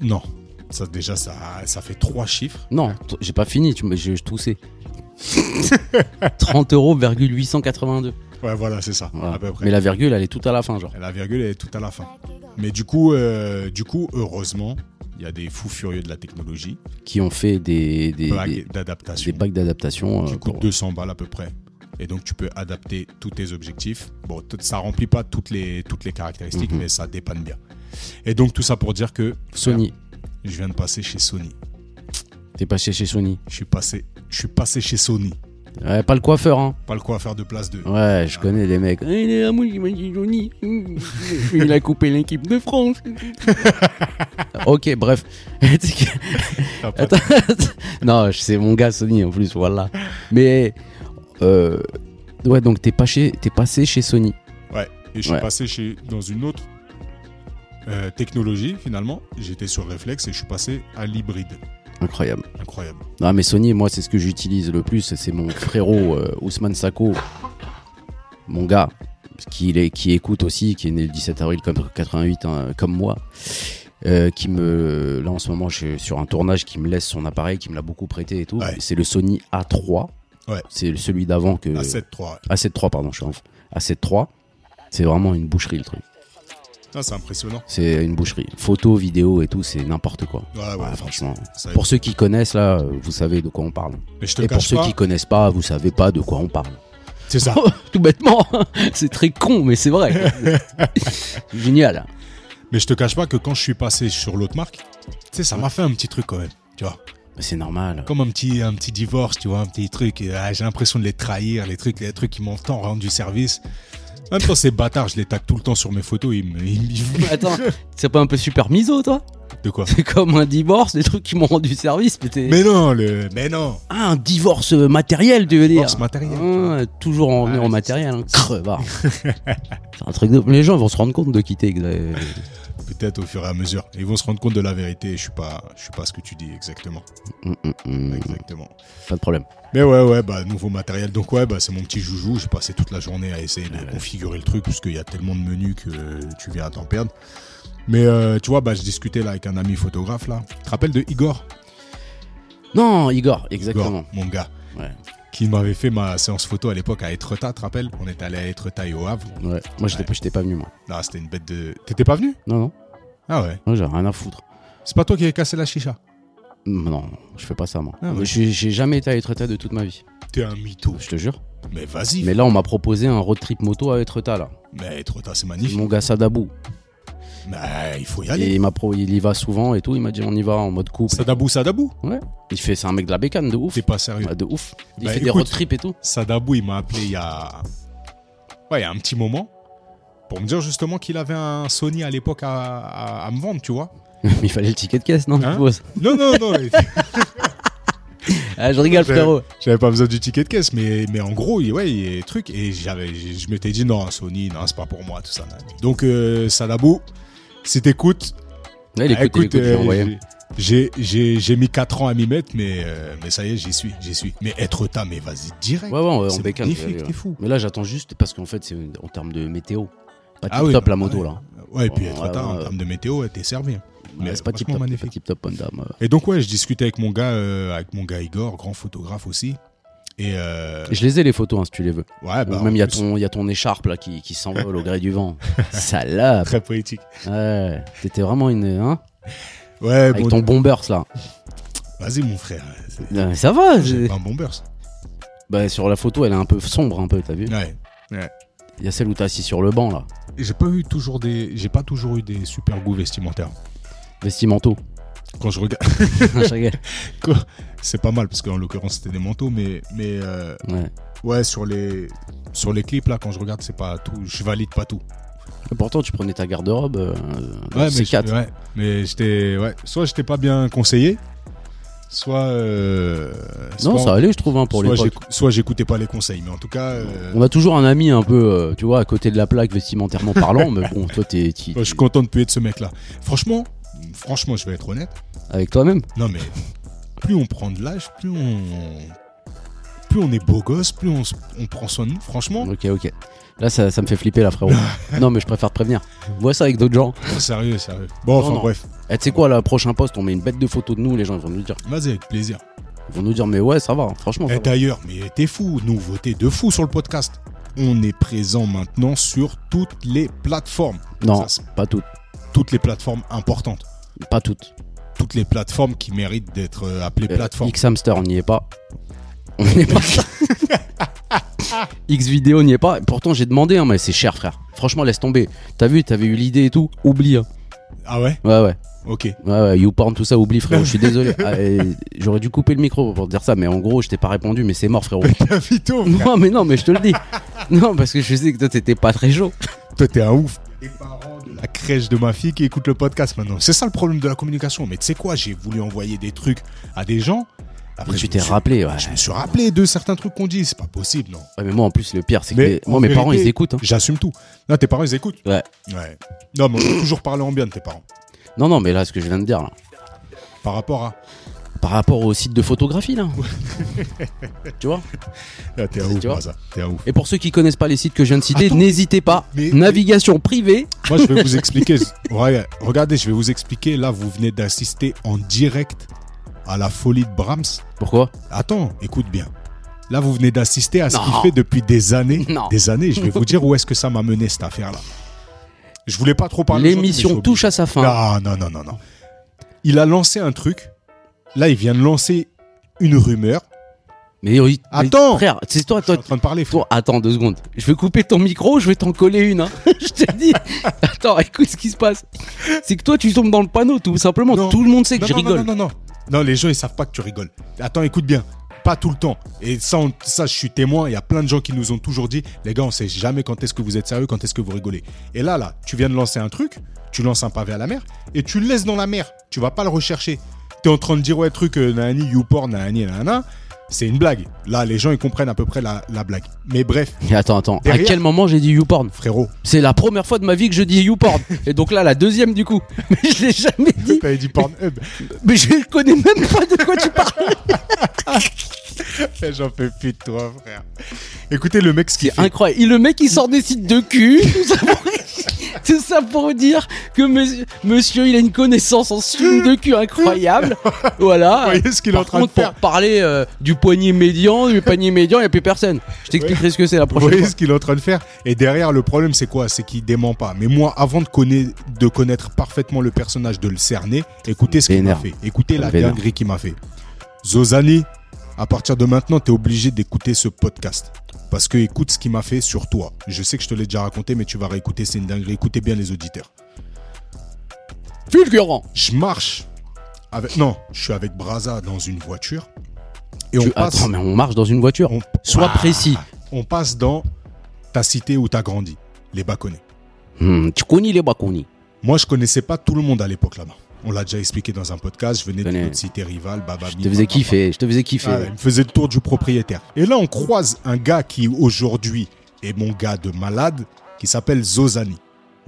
B: Non. Ça déjà ça ça fait 3 chiffres.
C: Non, t- j'ai pas fini, tu, me- je, je
B: [laughs]
C: toussais. 30,882.
B: Ouais voilà, c'est ça
C: Voilà.
B: à peu près.
C: Mais la virgule, elle est toute à la fin, genre.
B: La virgule elle est tout à la fin. Mais du coup euh, du coup heureusement, il y a des fous furieux de la technologie,
C: Qui ont fait des, des,
B: bagues
C: des, des
B: d'adaptation
C: bacs d'adaptation. euh,
B: qui coûtent
C: pour-
B: 200 balles à peu près. Et donc tu peux adapter tous tes objectifs. Bon, t- ça remplit pas toutes les, toutes les caractéristiques,
C: Mhm.
B: mais ça dépanne bien. Et donc tout ça pour dire que
C: Sony.
B: je viens de passer chez Sony.
C: T'es pas chez, chez Sony.
B: Je suis passé, je suis passé chez Sony.
C: Ouais, pas le coiffeur, hein.
B: Pas le quoi faire de place 2.
C: Ouais, je connais des mecs. Ah, il est à moi, j'imagine [laughs] Johnny. Il a coupé l'équipe de France. [laughs] ok, bref. [laughs] Tu sais que- Ah. Attends. [laughs] non, je- c'est mon gars Sony en plus, voilà. Mais euh, ouais, donc t'es pas chez, t'es passé chez Sony.
B: Ouais. Et je suis
C: Ouais.
B: passé chez, dans une autre euh, technologie finalement. J'étais sur Reflex et je suis passé à l'hybride.
C: Incroyable.
B: Incroyable.
C: Non, mais Sony, moi, c'est ce que j'utilise le plus. C'est mon frérot euh, Ousmane Sako, mon gars, qui, il est- qui écoute aussi, qui est né le 17 avril comme 88, hein, comme moi. euh, qui me là en ce moment je suis sur un tournage qui me laisse son appareil qui me l'a beaucoup prêté et tout
B: Ouais.
C: c'est le Sony A3
B: Ouais. Ah,
C: c'est celui d'avant que
B: À 7-3.
C: A7-3, pardon, je suis en... A7-3, c'est vraiment une boucherie le truc.
B: Ah, c'est impressionnant.
C: C'est une boucherie. Photo, vidéo et tout, c'est n'importe quoi.
B: Ouais, ouais,
C: Ouais, franchement.
B: ça-
C: Pour ceux qui connaissent, là, euh, vous savez de quoi on parle.
B: Mais je te
C: Et pour
B: cache
C: ceux
B: pas.
C: qui Oh, connaissent pas, vous savez pas de quoi on parle. [laughs]
B: C'est ça.
C: tout bêtement, [laughs] c'est très con, mais c'est vrai. [laughs] C'est Génial.
B: Mais je te cache pas que quand je suis passé sur l'autre marque, tu sais, ça m'a fait un petit truc quand même. Tu vois,
C: Mais C'est normal.
B: comme un petit, un petit divorce, tu vois, un petit truc. et, ah, j'ai l'impression de les trahir, les trucs, les trucs qui m'ont tant rendu service. En même temps, ces bâtards, je les tac tout le temps sur mes photos. Ils me, ils me-
C: [laughs] Attends, c'est pas un peu super miso, toi
B: de quoi
C: C'est comme un divorce, des trucs qui m'ont rendu service, mais t'es-
B: Mais non, le, mais non.
C: Ah, un divorce euh, matériel, tu veux dire
B: Divorce matériel, tu
C: Ah, Toujours en revenir
B: Ouais,
C: au
B: c'est-
C: matériel, hein. crevard. [laughs] c'est un truc de... Les gens vont se rendre compte de quitter. que vous avez-
B: Peut-être au fur et à mesure, ils vont se rendre compte de la vérité. Je suis pas, je suis pas ce que tu dis exactement,
C: Mm, mm, mm.
B: exactement.
C: Pas de problème.
B: Mais ouais, ouais, bah, nouveau matériel. Donc, ouais, bah, c'est mon petit joujou. J'ai passé toute la journée à essayer de configurer le truc, parce qu'il y a tellement de menus que euh, tu viens à t'en perdre. Mais euh, tu vois, bah, je discutais là avec un ami photographe, là. Tu te rappelles de Igor
C: Non, Igor, exactement.
B: Igor, mon gars.
C: Ouais.
B: Qui m'avait fait ma séance photo à l'époque à Etretat, tu te rappelles On était allé à Etretat et au Havre.
C: Ouais. Moi, j'étais pas- j'étais pas venu, moi.
B: Non, c'était une bête de. T'étais pas venu
C: Non, non,
B: Ah ouais.
C: non, j'ai rien à foutre.
B: C'est pas toi qui avais cassé la chicha
C: Mm, Non, je fais pas ça, moi.
B: Ah, ouais.
C: J'ai j'ai jamais été à Etretat de toute ma vie,
B: T'es un mytho.
C: je te jure.
B: Mais vas-y.
C: Mais
B: Mais,
C: là, on m'a proposé un road trip moto à Etretat, là.
B: Etretat, c'est magnifique.
C: Mon gars Sadabou.
B: Mais il faut y
C: Et
B: aller.
C: il, m'a pro... il y va souvent et tout. Il m'a dit, on y va en mode couple.
B: Sadabou, Sadabou.
C: Il fait, c'est un mec de la bécane, de ouf.
B: T'es pas sérieux.
C: Ah, de ouf. Il
B: Bah,
C: fait des
B: écoute.
C: road trips et tout. [laughs]
B: Sadabou, il m'a appelé il y a. Ouais, il y a un petit moment. Pour me dire justement qu'il avait un Sony à l'époque à, à- à me vendre, tu vois.
C: Mais il fallait le ticket de caisse, non je
B: Hein
C: suppose.
B: Non, non, non.
C: [laughs] Ah, je rigole,
B: Ouais.
C: frérot.
B: J'avais pas besoin du ticket de caisse, mais, mais en gros, il- ouais, il y a truc. Et j'avais, je je m'étais dit, non, Sony, non, c'est pas pour moi, tout ça. nan. Donc, euh, Sadabou, si t'écoutes,
C: Là, il
B: ah,
C: écoute, il écoute, je l'ai
B: euh,
C: envoyé.
B: j'ai, j'ai, j'ai mis 4 ans à m'y mettre, mais, euh, mais ça y est, j'y suis, j'y suis. Mais être tard, mais vas-y, direct.
C: Ouais, ouais, on- on
B: c'est
C: bécane.
B: magnifique,
C: ouais, ouais.
B: t'es fou.
C: Mais là, j'attends juste parce qu'en fait, c'est en termes de météo. Pas
B: Ah
C: tip
B: oui,
C: top
B: bah,
C: la moto
B: ouais.
C: là.
B: Ouais, et puis
C: Ouais,
B: être
C: ouais,
B: tard, en
C: ouais.
B: termes de météo, ouais, t'es servi. hein. Mais
C: Ouais, c'est pas tip
B: franchement
C: top.
B: magnifique.
C: Pas tip top Honda. moi.
B: Et donc ouais, je discutais avec mon gars, euh, avec mon gars Igor, grand photographe aussi. Et euh,
C: Je les ai les photos hein, si tu les veux.
B: ouais, bah,
C: Ou même il y, a
B: en plus,
C: ton- il y a ton écharpe là qui, qui s'envole au gré du vent.
B: [laughs]
C: Salope.
B: très poétique.
C: Ouais. T'étais vraiment une. Hein
B: Ouais,
C: Avec
B: bon,
C: ton bombers
B: [laughs]
C: là.
B: vas-y mon
C: [laughs]
B: frère. C'est-
C: Euh, Ça va
B: J'ai
C: je-
B: pas un bon burst.
C: bah, Sur la photo, elle est un peu sombre, un peu, t'as vu
B: Ouais.
C: Il y a celle où t'es assis sur le banc là.
B: J'ai pas eu toujours des, j'ai pas toujours eu des super goûts vestimentaires. [laughs]
C: Vestimentaux.
B: Quand je regarde, [laughs]
C: ouais.
B: c'est pas mal parce qu'en l'occurrence c'était des manteaux, mais mais euh, ouais sur les sur les clips là quand je regarde c'est pas tout, je valide pas tout.
C: Et Pourtant, tu prenais ta garde-robe. Euh,
B: Ouais, mais
C: c'est
B: je- ouais, mais j'étais ouais, soit j'étais pas bien conseillé, soit euh,
C: Non,
B: soit-
C: ça allait, je trouve, hein, pour
B: soit
C: l'époque.
B: j'éc- soit j'écoutais pas les conseils, mais en tout cas euh,
C: On a toujours un ami un peu, euh, tu vois, à côté de la plaque vestimentairement parlant, mais bon, toi, t'es t'y-
B: moi, je suis content de plus être ce mec là. Franchement, franchement, je vais être honnête.
C: avec toi-même.
B: Non mais plus on prend de l'âge, plus on plus on est beau gosse, plus on, s- on prend soin de nous. Franchement,
C: Ok, ok. Là, ça, ça me fait flipper, là, frérot. non, mais je préfère te prévenir. Vois ça avec d'autres gens.
B: sérieux, sérieux. Bon,
C: Non,
B: enfin
C: non.
B: bref,
C: Eh, tu sais quoi, là, prochain poste, on met une bête de photos de nous, les gens, ils vont nous dire.
B: vas-y avec plaisir.
C: Ils vont nous dire, mais ouais, ça va, hein, franchement. ça
B: Et
C: va.
B: d'ailleurs, mais t'es fou, nouveauté de fou sur le podcast. On est présent maintenant sur toutes les plateformes.
C: Non,
B: Ça se-
C: pas toutes.
B: toutes les plateformes importantes.
C: Pas toutes.
B: Toutes les plateformes qui méritent d'être euh, appelées
C: Euh,
B: plateformes.
C: X-Hamster, on n'y est pas. On n'y est pas. X-Vidéo, on n'y est pas. Pourtant, j'ai demandé, hein, mais c'est cher, frère. Franchement, laisse tomber. T'as vu, t'avais eu l'idée et tout. Oublie. hein.
B: Ah ouais
C: Ouais, ouais.
B: Ok. [laughs]
C: Ouais, ouais, YouPorn, tout ça, oublie, frérot. Je suis désolé. Ah, et J'aurais dû couper le micro pour te dire ça, mais en gros, je t'ai pas répondu, mais c'est mort, frérot. [laughs]
B: T'as vu tout
C: Non, mais non, mais je te le dis. Non, parce que je sais que toi, t'étais pas très chaud.
B: Toi, t'es un ouf. Les parents de la crèche de ma fille qui écoutent le podcast maintenant. C'est ça le problème de la communication. Mais tu sais quoi J'ai voulu envoyer des trucs à des gens. Après,
C: Mais
B: je
C: tu
B: me
C: t'es
B: suis-
C: rappelé, ouais.
B: Je me suis rappelé de certains trucs qu'on dit. C'est pas possible, non.
C: Ouais, mais moi, en plus, le pire, c'est que
B: Mais
C: les-
B: en
C: moi, mes parents,
B: vérité-
C: ils écoutent. hein.
B: J'assume tout. Là, tes parents, ils écoutent
C: Ouais.
B: Ouais. Non, mais on a toujours parlé en bien de tes parents.
C: Non, non, mais là, ce que je viens de dire, là.
B: Par rapport à.
C: Par rapport au site de
B: [laughs]
C: photographie, là. tu vois
B: Ah, t'es un
C: Bah, Tu
B: ouf,
C: vois
B: moi, ça. T'es un ouf.
C: Et pour ceux qui connaissent pas les sites que je viens de citer,
B: Attends.
C: n'hésitez pas.
B: Mais-
C: Navigation privée.
B: Moi, je vais vous expliquer. [laughs] Ouais, regardez, je vais vous expliquer. Là, vous venez d'assister en direct à la folie de Brahms.
C: Pourquoi
B: Attends, écoute bien. Là, vous venez d'assister à ce qu'il
C: Non.
B: fait depuis des années.
C: Non.
B: Des années. Je vais vous dire où est-ce que ça m'a mené, cette affaire-là. Je voulais pas trop parler.
C: L'émission touche à sa fin.
B: Non, Ah, non, non, non, non. Il a lancé un truc. Là, il vient de lancer une rumeur.
C: Mais oui. mais
B: Attends.
C: Frère, c'est toi,
B: Je suis
C: toi,
B: en train de parler, frère.
C: Toi, attends deux secondes. Je vais couper ton micro, je vais t'en coller une. hein. [laughs] je te dis. Attends, écoute ce qui se passe. C'est que toi, tu tombes dans le panneau, tout simplement.
B: Non.
C: Tout le monde sait que
B: Non,
C: je
B: non,
C: rigole.
B: Non, non, non, non. Non, les gens, ils savent pas que tu rigoles. Attends, écoute bien. Pas tout le temps. Et ça, on- ça je suis témoin. Il y a plein de gens qui nous ont toujours dit les gars, on sait jamais quand est-ce que vous êtes sérieux, quand est-ce que vous rigolez. Et là, là, tu viens de lancer un truc, tu lances un pavé à la mer et tu le laisses dans la mer. Tu vas pas le rechercher. Tu es en train de dire ouais, truc, euh, nani, youporn, nani, nanana. C'est une blague. Là, les gens, ils comprennent à peu près la, la blague. Mais bref,
C: Et attends, attends.
B: Derrière-
C: À quel moment j'ai dit YouPorn
B: frérot,
C: C'est la première fois de ma vie que je dis YouPorn. Et donc là, la deuxième du coup. [laughs] Mais je l'ai jamais
B: [laughs]
C: dit.
B: t'avais dit
C: [laughs]
B: Pornhub.
C: Mais je connais même pas de quoi tu parles.
B: J'en peux plus de toi, frère. Écoutez, le mec, ce qu'il
C: C'est
B: fait.
C: incroyable. Et le mec, il sort des sites de cul. [laughs] Tout ça pour, tout ça pour dire que monsieur, monsieur, il a une connaissance en film de cul incroyable. Voilà.
B: Vous voyez ce qu'il est en
C: Par
B: train
C: contre,
B: de faire
C: pour parler euh, du poignet médian, du panier médian, il n'y a plus personne. Je t'expliquerai ce que c'est la
B: Vous
C: prochaine
B: voyez
C: fois.
B: ce qu'il est en train de faire Et derrière, le problème, c'est quoi C'est qu'il dément pas. Mais moi, avant de, conna- de connaître parfaitement le personnage, de le cerner, écoutez ce qu'il m'a
C: Vénère.
B: fait. Écoutez la
C: Vénère.
B: dinguerie qu'il m'a fait. Zozani, à partir de maintenant, tu es obligé d'écouter ce podcast. Parce que écoute ce qu'il m'a fait sur toi. Je sais que je te l'ai déjà raconté, mais tu vas réécouter, c'est une dinguerie. Écoutez bien les auditeurs.
C: Fulgurant.
B: Je marche avec... Non, je suis avec Braza dans une voiture. Et on
C: Tu-
B: passe...
C: Attends, mais on marche dans une voiture.
B: on- Ah.
C: Sois précis.
B: on passe dans ta cité où t'as grandi, les Baconnets.
C: Hmm, tu connais les bakouni.
B: Moi, je connaissais pas tout le monde à l'époque là-bas. On l'a déjà expliqué dans un podcast. Je venais
C: Connais.
B: de notre cité rivale, Babami.
C: Je te faisais kiffer, je te faisais kiffer.
B: Ah, il me faisait le tour du propriétaire. Et là, on croise un gars qui aujourd'hui est mon gars de malade, qui s'appelle Zozani.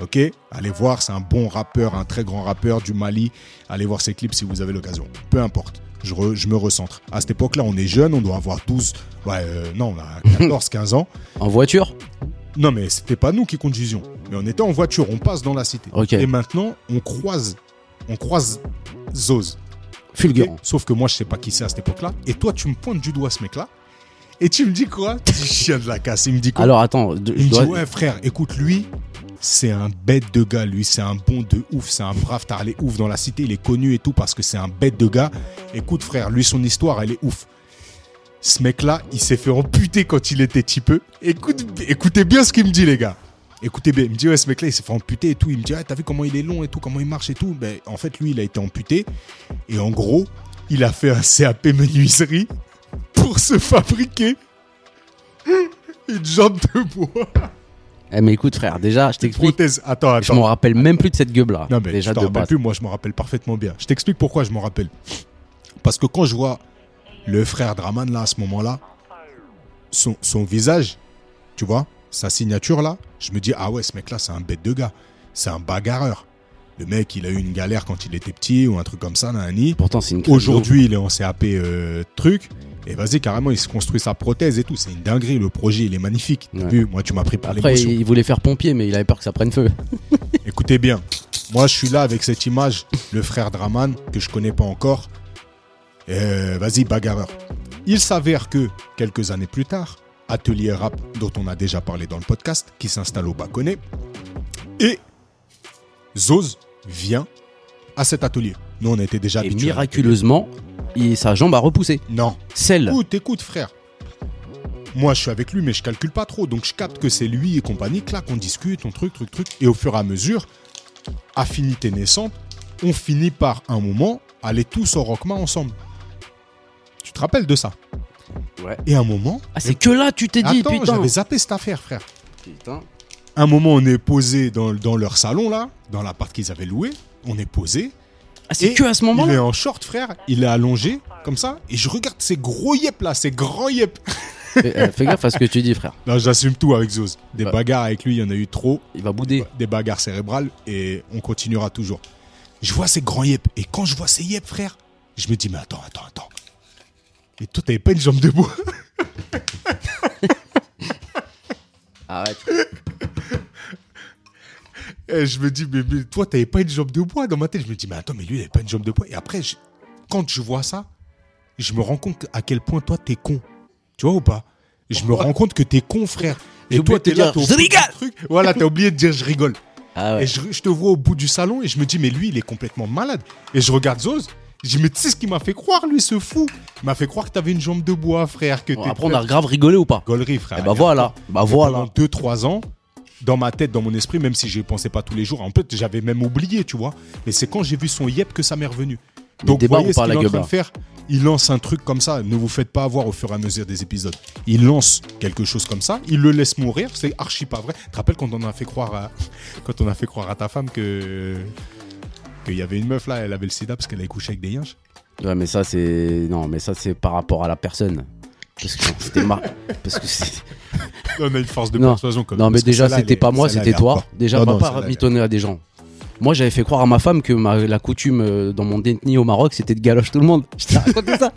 B: Ok Allez voir, c'est un bon rappeur, un très grand rappeur du Mali. Allez voir ses clips si vous avez l'occasion. Peu importe. Je, re- je me recentre. À cette époque-là, on est jeune, on doit avoir 12. Ouais, euh, non, on a 14, 15 ans.
C: En voiture
B: Non, mais c'était pas nous qui conduisions. Mais on était en voiture, on passe dans la cité.
C: Ok.
B: Et maintenant, on croise, on croise Zoz.
C: Fulgurant.
B: Ok Sauf que moi, je sais pas qui c'est à cette époque-là. Et toi, tu me pointes du doigt ce mec-là. Et tu me dis quoi Tu dis, chien de la casse. Il me dit quoi
C: Alors attends, je-
B: Il
C: je
B: me dit,
C: dois-
B: ouais, frère, écoute, lui, c'est un bête de gars, lui, c'est un bon de ouf, c'est un brave tarlé ouf dans la cité, il est connu et tout parce que c'est un bête de gars. Écoute frère, lui son histoire, elle est ouf. Ce mec-là, il s'est fait amputer quand il était petit peu. Écoute, écoutez bien ce qu'il me dit les gars. Écoutez bien, il me dit ouais ce mec-là il s'est fait amputer et tout. Il me dit ah t'as vu comment il est long et tout, comment il marche et tout. Ben, en fait lui il a été amputé et en gros il a fait un CAP menuiserie pour se fabriquer [laughs] une jambe de bois.
C: Eh, mais écoute, frère, déjà, je t'explique.
B: Prothèse. Attends,
C: Je
B: attends.
C: m'en rappelle même plus de cette gueule là.
B: Non, mais
C: déjà
B: je t'en
C: de
B: rappelle
C: base.
B: plus, moi je m'en rappelle parfaitement bien. Je t'explique pourquoi je m'en rappelle. Parce que quand je vois le frère Draman là à ce moment-là, son, son visage, tu vois, sa signature là, je me dis ah ouais, ce mec là c'est un bête de gars, c'est un bagarreur. Le mec il a eu une galère quand il était petit ou un truc comme ça, nanani.
C: Pourtant, c'est une crème
B: Aujourd'hui il est en CAP euh, truc. Et vas-y, carrément, il se construit sa prothèse et tout. C'est une dinguerie, le projet, il est magnifique. T'as
C: Ouais.
B: vu moi, tu m'as pris
C: d'eau.
B: par
C: Après,
B: l'émotion.
C: il voulait faire pompier, mais il avait peur que ça prenne feu.
B: Écoutez bien, moi je suis là avec cette image, le frère Draman, que je connais pas encore. Euh, Vas-y, bagarreur. Il s'avère que, quelques années plus tard, Atelier Rap, dont on a déjà parlé dans le podcast, qui s'installe au Baconnet, et Zoz vient à cet atelier. Nous, on était déjà
C: Et
B: habitués. à l'atelier.
C: miraculeusement, il- sa jambe a repoussé.
B: Non.
C: Celle.
B: Écoute, écoute, frère. Moi, je suis avec lui, mais je calcule pas trop. Donc, je capte que c'est lui et compagnie. Clac, on discute, on truc, truc, truc. Et au fur et à mesure, affinité naissante, on finit par un moment aller tous au Rockma ensemble. Tu te rappelles de ça
C: Ouais.
B: Et un moment.
C: Ah, c'est que là, tu t'es dit,
B: Attends,
C: putain.
B: j'avais zappé cette affaire, frère.
C: Putain.
B: Un moment, on est posé dans, dans leur salon, là, dans l'appart qu'ils avaient loué. On est posé.
C: Ah, c'est
B: Et
C: que à ce
B: Il est
C: moment-là.
B: en short, frère. Il est allongé, comme ça. Et je regarde ces gros yep, là, ces grands yep.
C: Fais euh, fais gaffe à ce que tu dis, frère.
B: Non, j'assume tout avec Zouz. Des
C: Ouais.
B: bagarres avec lui, il y en a eu trop.
C: Il va bouder.
B: Des bagarres cérébrales et on continuera toujours. Je vois ces grands yep. Et quand je vois ces yep, frère, je me dis, mais attends, attends, attends. Et toi, t'avais pas une jambe de bois [laughs]
C: Arrête.
B: Et je me dis, mais, mais toi, t'avais pas une jambe de bois dans ma tête. Je me dis, mais attends, mais lui, il avait pas une jambe de bois. Et après, je- quand je vois ça, je me rends compte à quel point toi, t'es con. Tu vois ou pas Je me rends compte que t'es con, frère.
C: J'ai
B: Et toi,
C: oublié de te
B: t'es là,
C: dire,
B: t'es au
C: je
B: bout du
C: rigole
B: truc. Voilà, t'as oublié de dire, je rigole.
C: Ah ouais.
B: Et je, je te vois au bout du salon et je me dis, mais lui, il est complètement malade. Et je regarde Zoz. Je dis, mais tu sais ce qu'il m'a fait croire, lui, ce fou Il m'a fait croire que t'avais une jambe de bois, frère. Que
C: Bon,
B: t'es
C: après, on a grave rigolé ou pas
B: Gaulerie, frère.
C: Eh bah voilà. Bah voilà.
B: Pendant 2-3 ans, dans ma tête, dans mon esprit, même si je pensais pas tous les jours, en fait, j'avais même oublié, tu vois. Mais c'est quand j'ai vu son yep que ça m'est revenu. Donc, vous
C: débat,
B: voyez
C: on
B: ce
C: parle
B: qu'il est
C: à
B: en train de
C: Gueubin.
B: faire Il lance un truc comme ça. Ne vous faites pas avoir au fur et à mesure des épisodes. Il lance quelque chose comme ça. Il le laisse mourir. C'est archi pas vrai. Tu te rappelles quand on a fait croire à, [laughs] quand on a fait croire à ta femme que qu'il y avait une meuf là, elle avait le sida parce qu'elle avait couché avec des
C: [laughs]
B: yinches
C: Ouais, mais ça, c'est. Non, mais ça, c'est par rapport à la personne. Parce que c'était mar- Parce que c'est.
B: On a une force de
C: Non.
B: persuasion comme
C: Non, mais déjà, c'était pas moi, c'était toi. Déjà, on va pas mitonner à des gens. Moi, j'avais fait croire à ma femme que ma- la coutume euh, dans mon détenu au Maroc, c'était de galoche tout le monde. [laughs] Je t'ai raconté ça.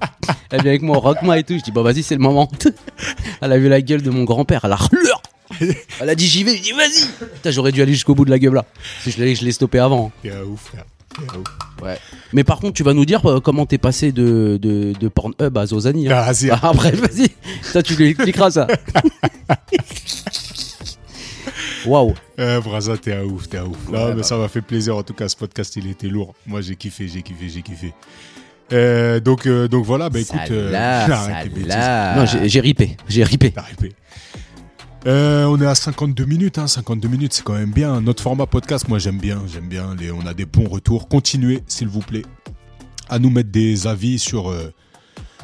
C: Elle vient avec moi au Rockma et tout. Je dis, bah vas-y, c'est le moment. [laughs] Elle a vu la gueule de mon grand-père. Elle a relueur.
B: [laughs]
C: Elle a dit, j'y vais. Je dis, vas-y. Putain, j'aurais dû aller jusqu'au bout de la gueule là. Si je l'ai je l'ai stoppé avant.
B: T'es un ouf, frère. T'es un ouf.
C: Ouais. Mais par contre, tu vas nous dire euh, comment t'es passé de, de, de Pornhub à Zozani. hein.
B: Ah, vas-y,
C: Bah, [laughs] après, vas-y, ça tu lui
B: [laughs]
C: expliqueras ça. Waouh,
B: Eh, Braza, t'es un ouf, t'es un ouf. Non,
C: Ouais,
B: mais
C: bah.
B: ça m'a fait plaisir. En tout cas, ce podcast, il était lourd. Moi, j'ai kiffé, j'ai kiffé, j'ai kiffé. Euh, donc, euh, donc voilà, bah écoute, euh, [laughs] arrête tes bêtises.
C: Non, j'ai j'ai ripé, j'ai ripé.
B: T'as ripé. Euh, on est à 52 minutes, hein. 52 minutes c'est quand même bien. Notre format podcast, moi j'aime bien, j'aime bien. Les, on a des bons retours. Continuez, s'il vous plaît, à nous mettre des avis sur, euh,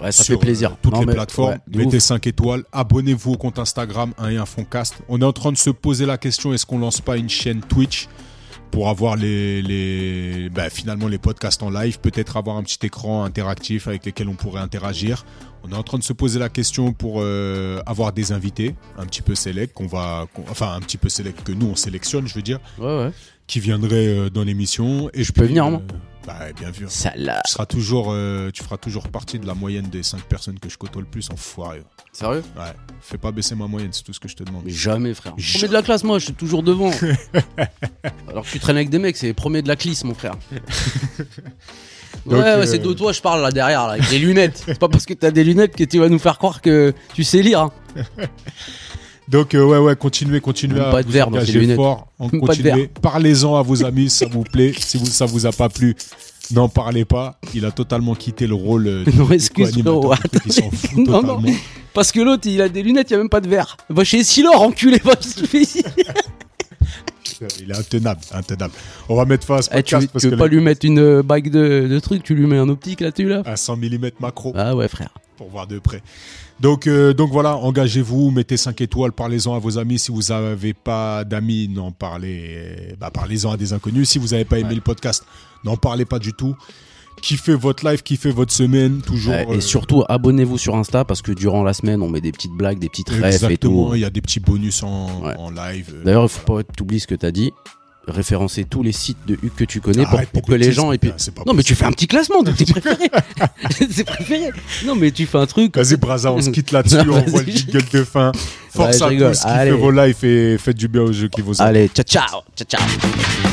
C: Ouais, ça
B: sur,
C: fait plaisir.
B: euh, toutes
C: Non,
B: les
C: mais-
B: plateformes.
C: ouais, de
B: Mettez
C: ouf.
B: 5 étoiles. Abonnez-vous au compte Instagram 1 et 1 Foncast. On est en train de se poser la question est-ce qu'on lance pas une chaîne Twitch pour avoir les, les bah, finalement les podcasts en live, peut-être avoir un petit écran interactif avec lesquels on pourrait interagir. On est en train de se poser la question pour euh, avoir des invités un petit peu select qu'on va, qu'on- enfin un petit peu select que nous on sélectionne, je veux dire,
C: Ouais, ouais.
B: qui viendraient euh, dans l'émission. Et je
C: peux venir, moi
B: Bah bien vu.
C: Ça là.
B: Tu seras toujours, euh, tu feras toujours partie de la moyenne des 5 personnes que je côtoie le plus, enfoiré.
C: Sérieux
B: Ouais, fais pas baisser ma moyenne, c'est tout ce que je te demande.
C: Jamais, frère.
B: Jamais.
C: Premier de la classe, moi, je suis
B: [laughs]
C: toujours devant. Alors que tu traînes avec des mecs, c'est premier de la classe,
B: [laughs]
C: mon frère. Ouais,
B: Donc,
C: ouais,
B: euh,
C: c'est de toi, je parle là derrière, là, avec des lunettes. C'est pas parce que t'as des lunettes que tu vas nous faire croire que tu sais lire. hein.
B: Donc, euh, ouais, ouais, continuez, continuez
C: Même
B: à
C: pas de
B: vous
C: verre dans
B: engager
C: ces lunettes.
B: fort. En
C: Même pas de
B: continuez. Parlez-en à vos amis, si ça vous plaît. Si vous, ça vous a pas plu, n'en parlez pas. Il a totalement quitté le rôle. euh,
C: [laughs] Non,
B: du
C: [laughs] excuse,
B: co-animateur
C: frérot,
B: du truc, Il s'en fout
C: Non, non.
B: totalement.
C: [laughs] Parce que l'autre, il a des lunettes, il n'y a même pas de verre. Va chez Silor, enculé, [laughs] va qu'est-ce que tu fais ici
B: Il est intenable, intenable. On va mettre fin à ce
C: Eh, Tu
B: podcast
C: veux,
B: parce
C: tu veux
B: que
C: pas
B: le-
C: lui mettre une euh, bague de, de trucs, tu lui mets un optique là-dessus, là
B: à 100 mm macro
C: Ah ouais, frère.
B: pour voir de près. Donc, euh, donc voilà, engagez-vous, mettez 5 étoiles, parlez-en à vos amis. Si vous n'avez pas d'amis, n'en parlez, bah, parlez-en à des inconnus. Si vous n'avez pas aimé le podcast, n'en parlez pas du tout. Kiffez votre live, kiffez votre semaine, toujours.
C: Ouais,
B: euh,
C: et surtout, abonnez-vous sur Insta parce que durant la semaine, on met des petites blagues, des petites refs et
B: Exactement,
C: tout. hein.
B: il y a des petits bonus en,
C: Ouais.
B: en live. euh,
C: D'ailleurs, il faut pas que tu oublies ce que t'as dit. Référencer tous les sites de Hugues que tu connais pour,
B: Arrête
C: pour
B: tes
C: que les
B: bêtises,
C: gens. Et puis...
B: putain, ah, c'est pas
C: Non, mais tu
B: possible.
C: fais un petit classement
B: [laughs]
C: de tes préférés. [laughs] tes préférés. Non, mais tu fais un truc.
B: Vas-y, Braza, on se quitte là-dessus,
C: [laughs] Non,
B: on voit
C: vas-y.
B: le jingle de fin. Force
C: je
B: à
C: rigole,
B: tous, kiffez
C: allez.
B: vos lives et faites du bien aux jeux qui vous aiment.
C: Allez, ciao, ciao. Ciao, ciao.